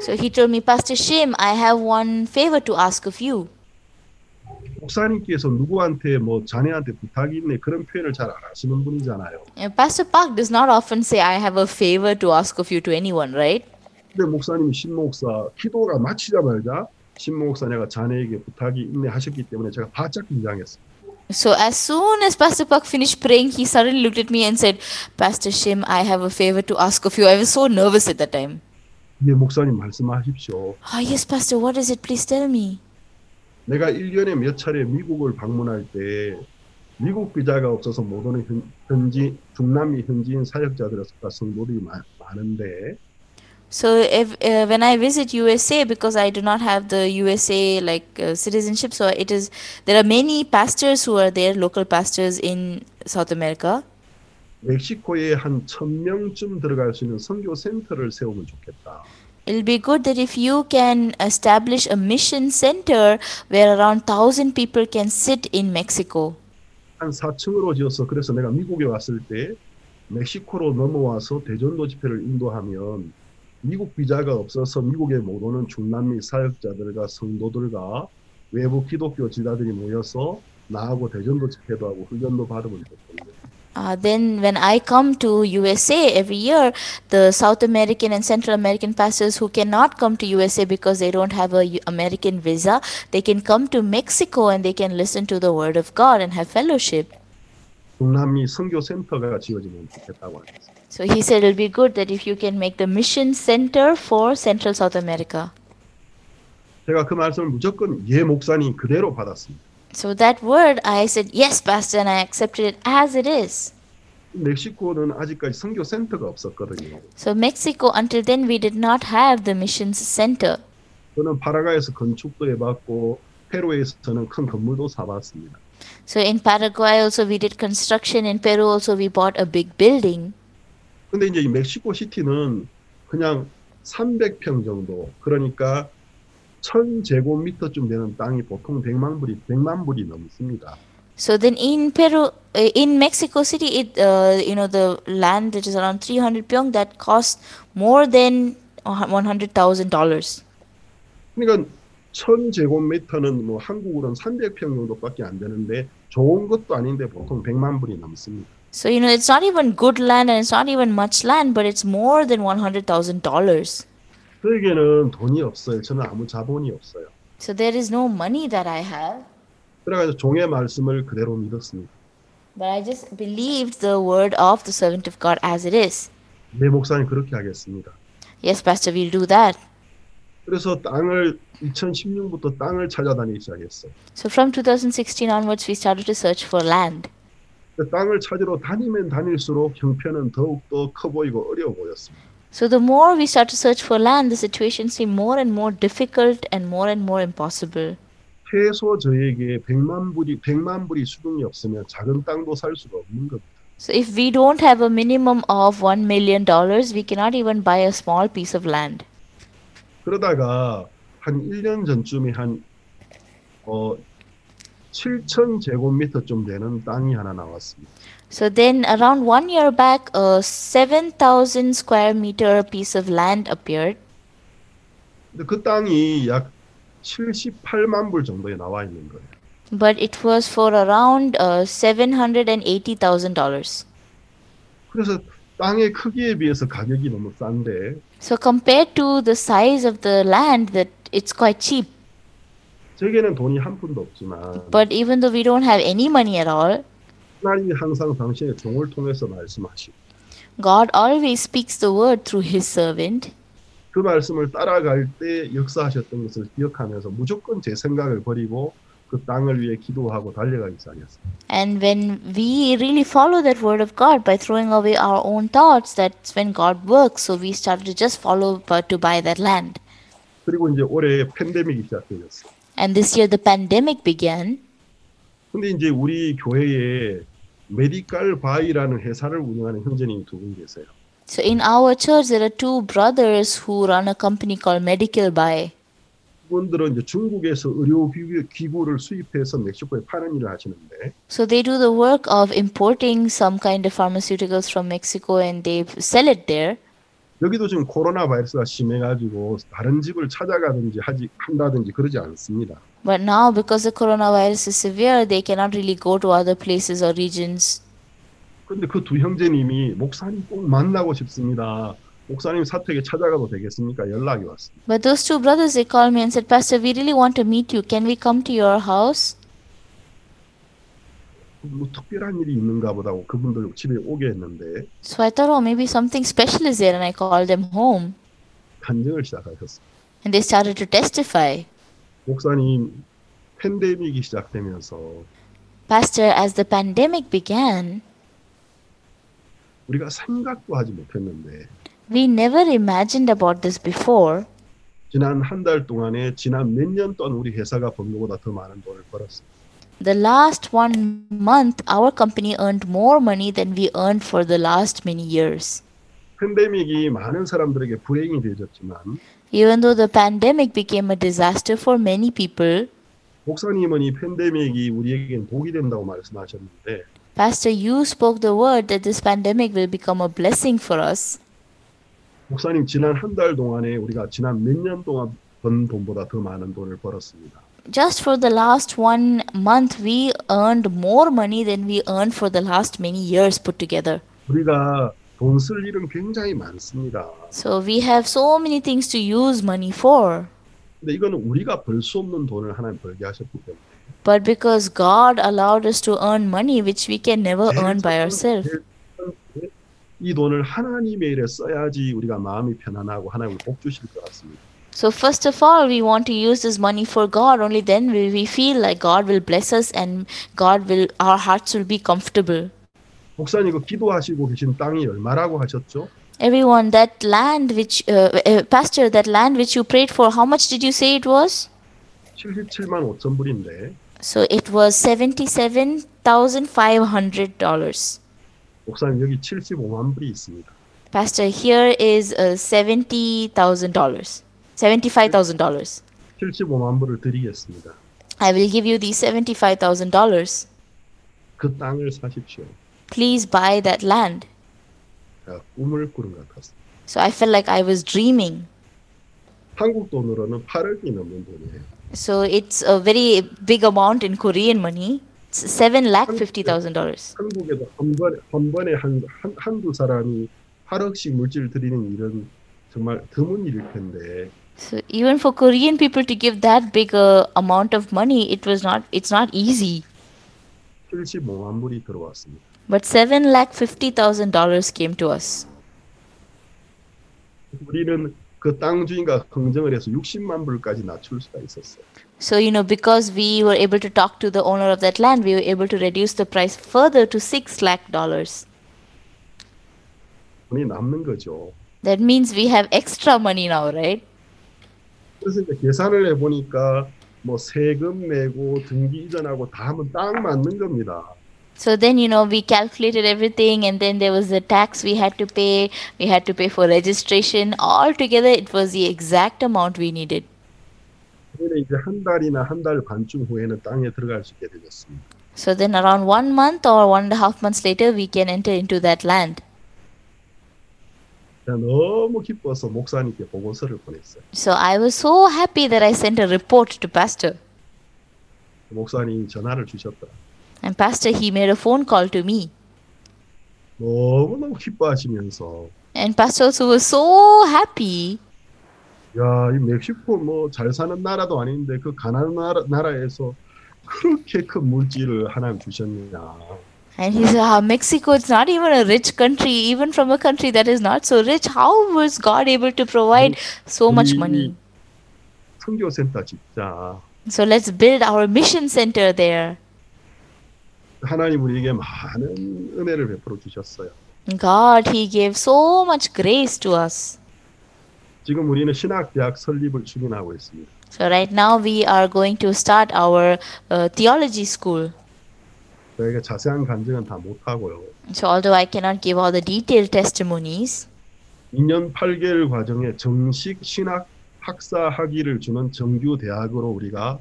Speaker 1: so he told me, Pastor Shim, I have one favor to ask of you.
Speaker 2: 목사님께서 누구한테 뭐 자네한테 부탁이 있네 그런 표현을 잘 안 하시는 분이잖아요.
Speaker 1: Uh, Pastor Park does not often say, I have a favor to ask of you to anyone, right?
Speaker 2: 근데 목사님이 신목사 기도가 마치자마자 신목사 내가 자네에게 부탁이 있네 하셨기 때문에 제가 바짝 긴장했습니다.
Speaker 1: So as soon as Pastor Park finished praying, he suddenly looked at me and said, Pastor Shim, I have a favor to ask of you. I was so nervous at that time.
Speaker 2: 예, 목사님 말씀하십시오.
Speaker 1: Ah, yes, Pastor, what is it? Please tell me.
Speaker 2: 내가 1년에 몇 차례 미국을 방문할 때 미국 비자가 없어서 못 오는 현- 현지 중남미 현지인 사역자들과 성도들이 많, 많은데
Speaker 1: So if uh, when I visit USA because I do not have the USA like uh, citizenship, so it is there are many pastors who are there, local pastors in South America.
Speaker 2: 멕시코에 한 1000명쯤 들어갈 수 있는 선교 센터를 세우면 좋겠다.
Speaker 1: It'll be good that if you can establish a mission center where around thousand people can sit in Mexico.
Speaker 2: 한 4층으로 지어서 그래서 내가 미국에 왔을 때 멕시코로 넘어와서 대전도 집회를 인도하면 미국 비자가 없어서 미국에 못 오는 중남미 사역자들과 성도들과 외부 기독교 지도자들이 모여서 나하고 대전도 집회도 하고 훈련도 받으면 좋겠는데
Speaker 1: Uh, then, when I come to USA every year, the South American and Central American pastors who cannot come to USA because they don't have a U- American visa, they can come to Mexico and they can listen to the Word of God and have fellowship.
Speaker 2: 중남미 선교 센터가 지어지면 좋겠다고 하셨어요.
Speaker 1: So he said it'll be good that if you can make the mission center for Central South America.
Speaker 2: 제가 그 말씀을 무조건 예 목사님 그대로 받았습니다.
Speaker 1: So that word, I said yes, pastor, and I accepted it as it is.
Speaker 2: 멕시코는 아직까지 선교 센터가 없었거든요.
Speaker 1: So Mexico, until then, we did not have the missions center.
Speaker 2: 저는 파라과에서 건축도 해봤고 페루에서는 큰 건물도 사봤습니다.
Speaker 1: So in Paraguay also we did construction. In Peru also we bought a big building.
Speaker 2: 근데 이제 이 멕시코 시티는 그냥 300평 정도 그러니까 1000제곱미터쯤 되는 땅이 보통 100만 불이 100만 불이 넘습니다.
Speaker 1: So then in Peru, uh, in Mexico City, it uh, you know the land that is around 300 pyong that costs more than 100,000 dollars.
Speaker 2: 그러니까 1000제곱미터는 뭐 한국으로는 300평 정도밖에 안 되는데 좋은 것도 아닌데 보통 100만 불이 넘습니다.
Speaker 1: So, you know, it's not even good land and it's not even much land, but it's more than $100,000.
Speaker 2: 저에게는 돈이 없어요. 저는 아무 자본이 없어요.
Speaker 1: So, there is no money that I have,
Speaker 2: 그래가지고 종의 말씀을 그대로 믿었습니다.
Speaker 1: but I just believed the word of the servant of God as it is.
Speaker 2: 내 목사님 그렇게 하겠습니다.
Speaker 1: Yes, Pastor, we'll do that.
Speaker 2: 그래서 땅을 2016부터 땅을 찾아다니기 시작했어요.
Speaker 1: So, from 2016 onwards, we started to search for land.
Speaker 2: 근데 그 땅을 찾으러 다니면 다닐수록 형편은 더욱더 커 보이고 어려워 보였습니다.
Speaker 1: So, the more we start to search for land, the situation seemed more and more difficult and more and more impossible.
Speaker 2: 최소 저에게 100만 불이 100만 불이 수중이 없으면 작은 땅도 살 수가 없는 겁니다.
Speaker 1: So, if we don't have a minimum of $1 million, we cannot even buy a small piece of land.
Speaker 2: 그러다가 한 1년 전쯤에 한 어, 7천 제곱미터쯤 되는 땅이 하나 나왔습니다.
Speaker 1: So then, around one year back, a 7,000 square meter piece of land appeared.
Speaker 2: 근데 그 땅이 약 78만 불 정도에 나와 있는 거예요.
Speaker 1: But it was for around uh, $780,000.
Speaker 2: 그래서 땅의 크기에 비해서 가격이 너무 싼데
Speaker 1: So, compared to the size of the land, that it's quite cheap.
Speaker 2: 제게는 돈이 한 푼도 없지만
Speaker 1: But even though we don't have any money at all,
Speaker 2: 하나님이 항상 당신의 종을 통해서 말씀하시고
Speaker 1: God always speaks the word through His servant.
Speaker 2: 그 말씀을 따라갈 때 역사하셨던 것을 기억하면서 무조건 제 생각을 버리고 그 땅을 위해 기도하고 달려가기 시작했어요.
Speaker 1: And when we really follow that word of God by throwing away our own thoughts, that's when God works. So, we started to just follow uh, to buy that land.
Speaker 2: 그리고 이제 올해 팬데믹이 시작되었어요.
Speaker 1: And this year the pandemic began.
Speaker 2: 근데 이제 우리 교회에 메디칼 바이라는 회사를 운영하는 형제님이 두 분 계세요.
Speaker 1: So in our church there are two brothers who run a company called Medical Buy.
Speaker 2: 그분들은 이제 중국에서 의료 기구- 기구를 수입해서 멕시코에 파는 일을 하시는데
Speaker 1: So they do the work of importing some kind of pharmaceuticals from Mexico and they sell it there.
Speaker 2: 여기도 지금 코로나 바이러스가 심해가지고 다른 집을 찾아가든지 하지 한다든지 그러지 않습니다.
Speaker 1: But now because the coronavirus is severe, they cannot really go to other places or regions.
Speaker 2: 근데 그 두 형제님이 목사님 꼭 만나고 싶습니다. 목사님 사택에 찾아가도 되겠습니까? 연락이 왔습니다.
Speaker 1: But those two brothers they called me and said, Pastor, we really want to meet you. Can we come to your house?
Speaker 2: 뭐 특별한 일이 있는가 보다고 그분들 집에 오게 했는데
Speaker 1: So I thought, oh, maybe something special is there, and I called them home.
Speaker 2: 간증을 시작하셨습니다.
Speaker 1: And they started to testify.
Speaker 2: 목사님 팬데믹이 시작되면서
Speaker 1: Pastor, as the pandemic began,
Speaker 2: 우리가 생각도 하지 못했는데
Speaker 1: we never imagined about this before.
Speaker 2: 지난 한 달 동안에 지난 몇 년 동안 우리 회사가 번 거보다 더 많은 돈을 벌었어요.
Speaker 1: The last one month, our company earned more money than we earned for the last many years.
Speaker 2: 팬데믹이 많은 사람들에게 불행이 되어졌지만
Speaker 1: Even though the pandemic became a disaster for many people,
Speaker 2: 목사님은 이 팬데믹이 우리에겐 복이 된다고 말씀하셨는데
Speaker 1: Pastor, you spoke the word that this pandemic will become a blessing for us.
Speaker 2: 목사님 지난 한 달 동안에 우리가 지난 몇 년 동안 번 돈보다 더 많은 돈을 벌었습니다.
Speaker 1: Just for the last one month, we earned more money than we earned for the last many years put together.
Speaker 2: 우리가 돈 쓸 일은 굉장히 많습니다.
Speaker 1: So we have so many things to use money for.
Speaker 2: 근데 이거는 우리가 벌 수 없는 돈을 하나님 벌게 하셨기 때문에
Speaker 1: But because God allowed us to earn money which we can never earn by ourselves.
Speaker 2: 이 돈을 하나님의 일에 써야지 우리가 마음이 편안하고 하나님을 복 주실 것 같습니다.
Speaker 1: So, first of all, we want to use this money for God. Only then will we feel like God will bless us and God will, our hearts will be comfortable.
Speaker 2: 목사님 그 기도하시고 계신 땅이 얼마라고 하셨죠?
Speaker 1: Everyone, that land which, uh, uh, Pastor, that land which you prayed for, how much did you say it was?
Speaker 2: 77만 5천 불인데
Speaker 1: So, it was $77,500.
Speaker 2: 목사님 여기 75만 불이 있습니다.
Speaker 1: Pastor, here is uh, $70,000. $75,000.
Speaker 2: 75만 불을 드리겠습니다.
Speaker 1: I will give you these $75,000.
Speaker 2: 그 땅을 사십시오.
Speaker 1: Please buy that land.
Speaker 2: 제가 아, 꿈을 꾸는 것 같았습니다.
Speaker 1: So I felt like I was dreaming.
Speaker 2: 한국 돈으로는 8억이 넘는 돈이에요.
Speaker 1: So it's a very big amount in Korean money. It's seven lakh fifty thousand dollars.
Speaker 2: 한국에도 한 번에 한 번에 한, 한 한두 사람이 8억씩 물질을 드리는 일은 정말 드문 일일 텐데
Speaker 1: So even for Korean people to give that big a amount of money, it was not. It's not easy.
Speaker 2: 75만 불이 들어왔습니다.
Speaker 1: But seven lakh fifty thousand dollars came to us.
Speaker 2: 우리는 그 땅 주인과 경쟁을 해서 60만 불까지 낮출 수가 있었어요.
Speaker 1: So you know, because we were able to talk to the owner of that land, we were able to reduce the price further to six lakh dollars.
Speaker 2: 돈이 남는 거죠.
Speaker 1: That means we have extra money now, right?
Speaker 2: 그래서 이제 계산을 해보니까 뭐 세금 내고 등기 이전하고 다 하면 딱 맞는 겁니다.
Speaker 1: So then, you know, we calculated everything, and then there was the tax we had to pay. We had to pay for registration. Altogether, it was the exact amount we needed.
Speaker 2: 그래서 이제 한 달이나 한 달 반쯤 후에는 땅에 들어갈 수 있게 되었습니다.
Speaker 1: So then, around one month or one and a half months later, we can enter into that land.
Speaker 2: 제가 너무 기뻐서 목사님께 보고서를 보냈어요.
Speaker 1: So I was so happy that I sent a report to Pastor.
Speaker 2: 그 목사님이 전화를 주셨다.
Speaker 1: And Pastor, he made a phone call to me.
Speaker 2: 너무너무 기뻐하시면서
Speaker 1: And Pastor also was so happy.
Speaker 2: 야, 이 멕시코 뭐 잘 사는 나라도 아닌데 그 가난한 나라, 나라에서 그렇게 큰 물질을 하나님 주셨느냐.
Speaker 1: And he said, ah, Mexico is not even a rich country, even from a country that is not so rich. How was God able to provide so much money?
Speaker 2: 선교센터 짓자.
Speaker 1: So let's build our mission center there.
Speaker 2: 하나님 우리에게 많은 은혜를 베풀어 주셨어요.
Speaker 1: God, He gave so much grace to us.
Speaker 2: 지금 우리는 신학대학 설립을 추진하고 있습니다.
Speaker 1: So right now we are going to start our uh, theology school.
Speaker 2: 저희가 자세한 간증은 다 못하고요.
Speaker 1: So although I cannot give all the detailed testimonies,
Speaker 2: 2년 8개월 과정에 정식 신학 학사 학위를 주는 정규 대학으로 우리가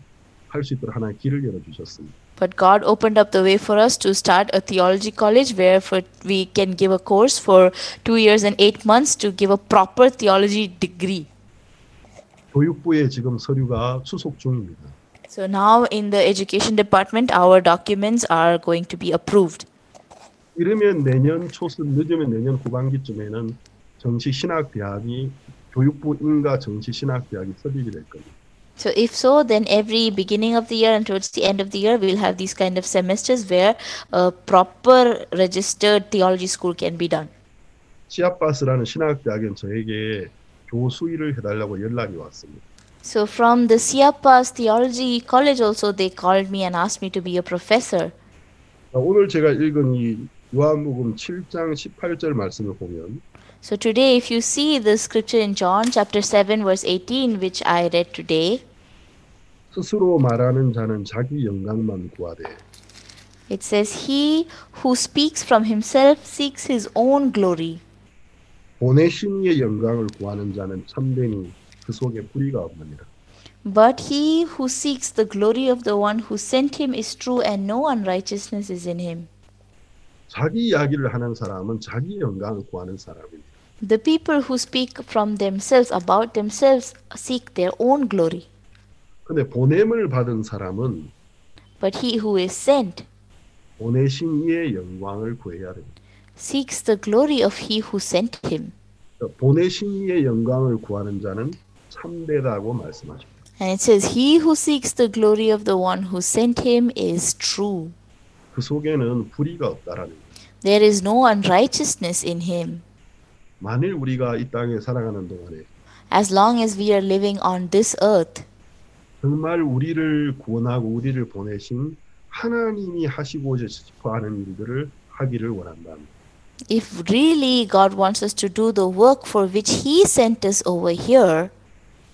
Speaker 2: 할 수 있도록 하나의 길을 열어 주셨습니다.
Speaker 1: but God opened up the way for us to start a theology college where for we can give a course for two years and eight months to give a proper theology degree.
Speaker 2: 교육부에 지금 서류가 수속 중입니다.
Speaker 1: So now in the education department, our documents are going to be approved.
Speaker 2: 이르면 내년 초순 늦으면 내년 후반기쯤에는 정식 신학 대학이 교육부 인가 정식 신학 대학이 설립이 될 겁니다.
Speaker 1: So if so, then every beginning of the year and towards the end of the year, we'll have these kind of semesters where a proper registered theology school can be done.
Speaker 2: 시아바스라는 신학 대학은 저에게 교수 일을 해달라고 연락이 왔습니다.
Speaker 1: So from the Siapas Theology College also, they called me and asked me to be a professor.
Speaker 2: 자, 오늘 제가 읽은 이 요한복음 7장 18절 말씀을 보면
Speaker 1: So today, if you see the scripture in John chapter 7 verse 18, which I read today,
Speaker 2: 스스로 말하는 자는 자기 영광만 구하되
Speaker 1: it says, He who speaks from himself seeks his own glory.
Speaker 2: 보내신 이의 영광을 구하는 자는 참되니 그 속에 불의가 없느니라.
Speaker 1: But he who seeks the glory of the one who sent him is true, and no unrighteousness is in him.
Speaker 2: 자기 이야기를 하는 사람은 자기 영광을 구하는 사람입니다.
Speaker 1: The people who speak from themselves about themselves seek their own glory,
Speaker 2: 근데 보냄을 받은 사람은
Speaker 1: but he who is sent
Speaker 2: 보내신 이의 영광을 구해야 됩니다.
Speaker 1: seeks the glory of he who sent him.
Speaker 2: 그러니까 보내신 이의 영광을 구하는 자는 참되다고 말씀하십니다.
Speaker 1: And it says, He who seeks the glory of the one who sent him is true.
Speaker 2: 그 속에는 불의가 없다라는 거예요.
Speaker 1: There is no unrighteousness in him.
Speaker 2: 만일 우리가 이 땅에 살아가는 동안에
Speaker 1: As long as we are living on this earth,
Speaker 2: 정말 우리를 구원하고 우리를 보내신 하나님이 하시고자 싶어하는 일들을 하기를 원한다.
Speaker 1: if really God wants us to do the work for which He sent us over here,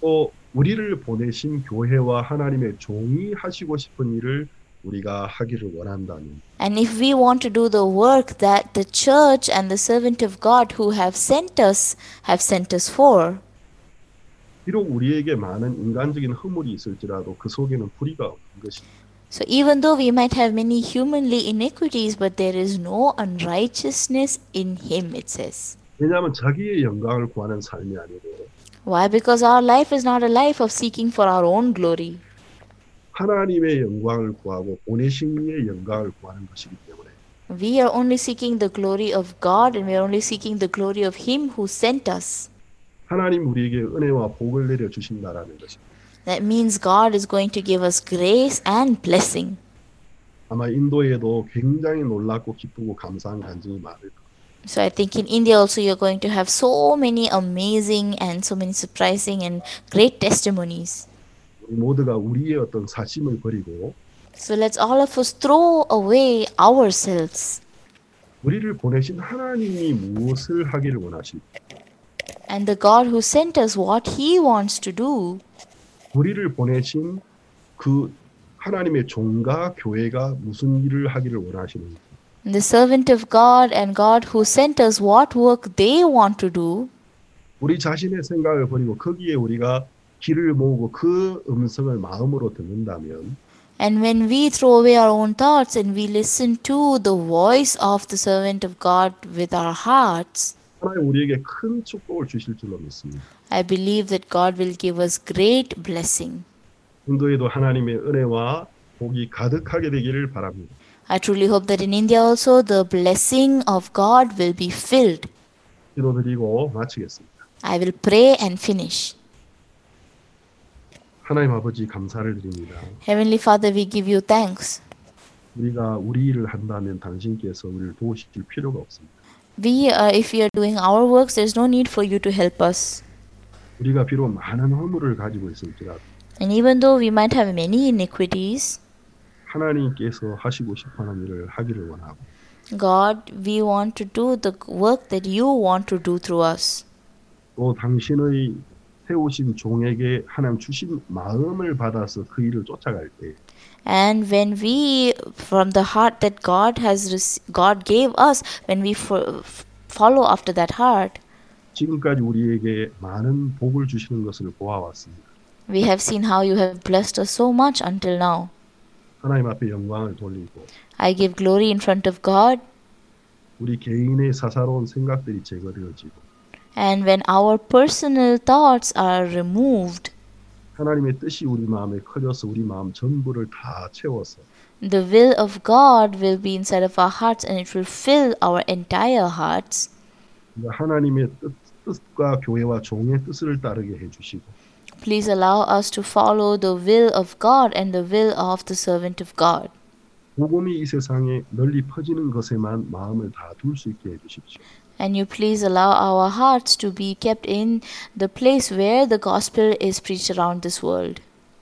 Speaker 2: 또 우리를 보내신 교회와 하나님의 종이 하시고 싶은 일을 우리가 하기를 원한다는
Speaker 1: and if we want to do the work that the church and the servant of God who have sent us have sent us for,
Speaker 2: 비록 우리에게 많은 인간적인 허물이 있을지라도 그 속에는 불의가 없는 것입니다.
Speaker 1: so even though we might have many humanly iniquities, but there is no unrighteousness in Him, it says.
Speaker 2: 왜냐하면 자기의 영광을 구하는 삶이 아니고
Speaker 1: Why? Because our life is not a life of seeking for our own glory.
Speaker 2: 하나님의 영광을 구하고 보내신 이의 영광을 구하는 것이기 때문에
Speaker 1: We are only seeking the glory of God and we are only seeking the glory of Him who sent us.
Speaker 2: 하나님 우리에게 은혜와 복을 내려 주신다라는 것입니다.
Speaker 1: That means God is going to give us grace and blessing.
Speaker 2: 아마 인도에도 굉장히 놀랍고 기쁘고 감사한 간증이 많을 겁니다.
Speaker 1: So I think in India also you're going to have so many amazing and so many surprising and great testimonies.
Speaker 2: 우리 모두가 우리의 어떤 사심을 버리고
Speaker 1: So let's all of us throw away ourselves
Speaker 2: 우리를 보내신 하나님이 무엇을 하기를 원하실까?
Speaker 1: and the God who sent us what He wants to do.
Speaker 2: 우리를 보내신 그 하나님의 종과 교회가 무슨 일을 하기를 원하시는지
Speaker 1: The servant of God and God who sent us what work they want to do.
Speaker 2: 우리 자신의 생각을 버리고 거기에 우리가 귀를 모으고 그 음성을 마음으로 듣는다면
Speaker 1: And when we throw away our own thoughts and we listen to the voice of the servant of God with our hearts,
Speaker 2: 하나님 우리에게 큰 축복을 주실 줄로 믿습니다.
Speaker 1: I believe that God will give us great blessing.
Speaker 2: 인도에도 하나님의 은혜와 복이 가득하게 되기를 바랍니다.
Speaker 1: I truly hope that in India also the blessing of God will be filled.
Speaker 2: 기도드리고 마치겠습니다.
Speaker 1: I will pray and finish.
Speaker 2: 하나님 아버지 감사를 드립니다.
Speaker 1: Heavenly Father, we give you thanks.
Speaker 2: 우리가 우리 일을 한다면 당신께서 우리를 도우실 필요가 없습니다.
Speaker 1: We, uh, if we are doing our works, there's no need for you to help us.
Speaker 2: 우리가 비록 많은 허물을 가지고 있을지라도
Speaker 1: And even though we might have many iniquities,
Speaker 2: 하나님께서 하시고 싶어하는 일을 하기를 원하고
Speaker 1: God, we want to do the work that you want to do through us.
Speaker 2: 또 당신의 세우신 종에게 하나님 주신 마음을 받아서 그 일을 쫓아갈 때
Speaker 1: And when we, from the heart that God has, rec- God gave us, when we fo- f- follow after that heart,
Speaker 2: 지금까지 우리에게 많은 복을 주시는 것을 보아왔습니다.
Speaker 1: we have seen how you have blessed us so much until now.
Speaker 2: 하나님 앞에 영광을 돌리고
Speaker 1: I give glory in front of God,
Speaker 2: 우리 개인의 사사로운 생각들이 제거되어지고
Speaker 1: and when our personal thoughts are removed,
Speaker 2: 하나님의 뜻이 우리 마음에 커져서 우리 마음 전부를 다 채워서
Speaker 1: the will of God will be inside of our hearts and it will fill our entire hearts.
Speaker 2: 그러니까 하나님의 뜻, 과 교회와 종의 뜻을 따르게 해주시고
Speaker 1: Please allow us to follow the will of God and the will of the servant of God.
Speaker 2: 복음이 이 세상에 널리 퍼지는 것에만 마음을 다 둘 수 있게 해주십시오.
Speaker 1: And you please allow our hearts to be kept in the place where the gospel is preached around this world.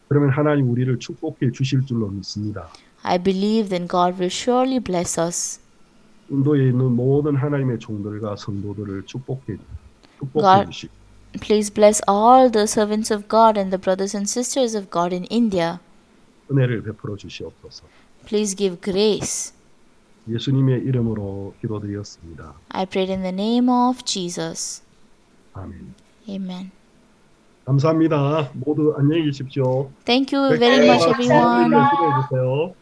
Speaker 2: 그러면 하나님 우리를 축복해 주실 줄로 믿습니다.
Speaker 1: I believe then God will surely bless us.
Speaker 2: 인도에 있는 모든 하나님의 종들과 성도들을 축복해 축복해
Speaker 1: God.
Speaker 2: 주시고
Speaker 1: Please bless all the servants of God and the brothers and sisters of God in India.
Speaker 2: 은혜를 베풀어 주시옵소서.
Speaker 1: Please give grace.
Speaker 2: 예수님의 이름으로 기도드렸습니다.
Speaker 1: I prayed in the name of Jesus.
Speaker 2: 아멘.
Speaker 1: Amen.
Speaker 2: 감사합니다. 모두 안녕히 계십시오.
Speaker 1: Thank you very much, everyone.
Speaker 2: 기도해 주세요.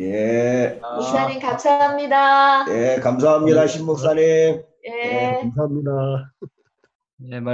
Speaker 3: 예,
Speaker 4: 목사님 감사합니다.
Speaker 3: 예, 감사합니다, 신 목사님.
Speaker 4: 예.
Speaker 2: 네, 감사합니다.
Speaker 5: 네,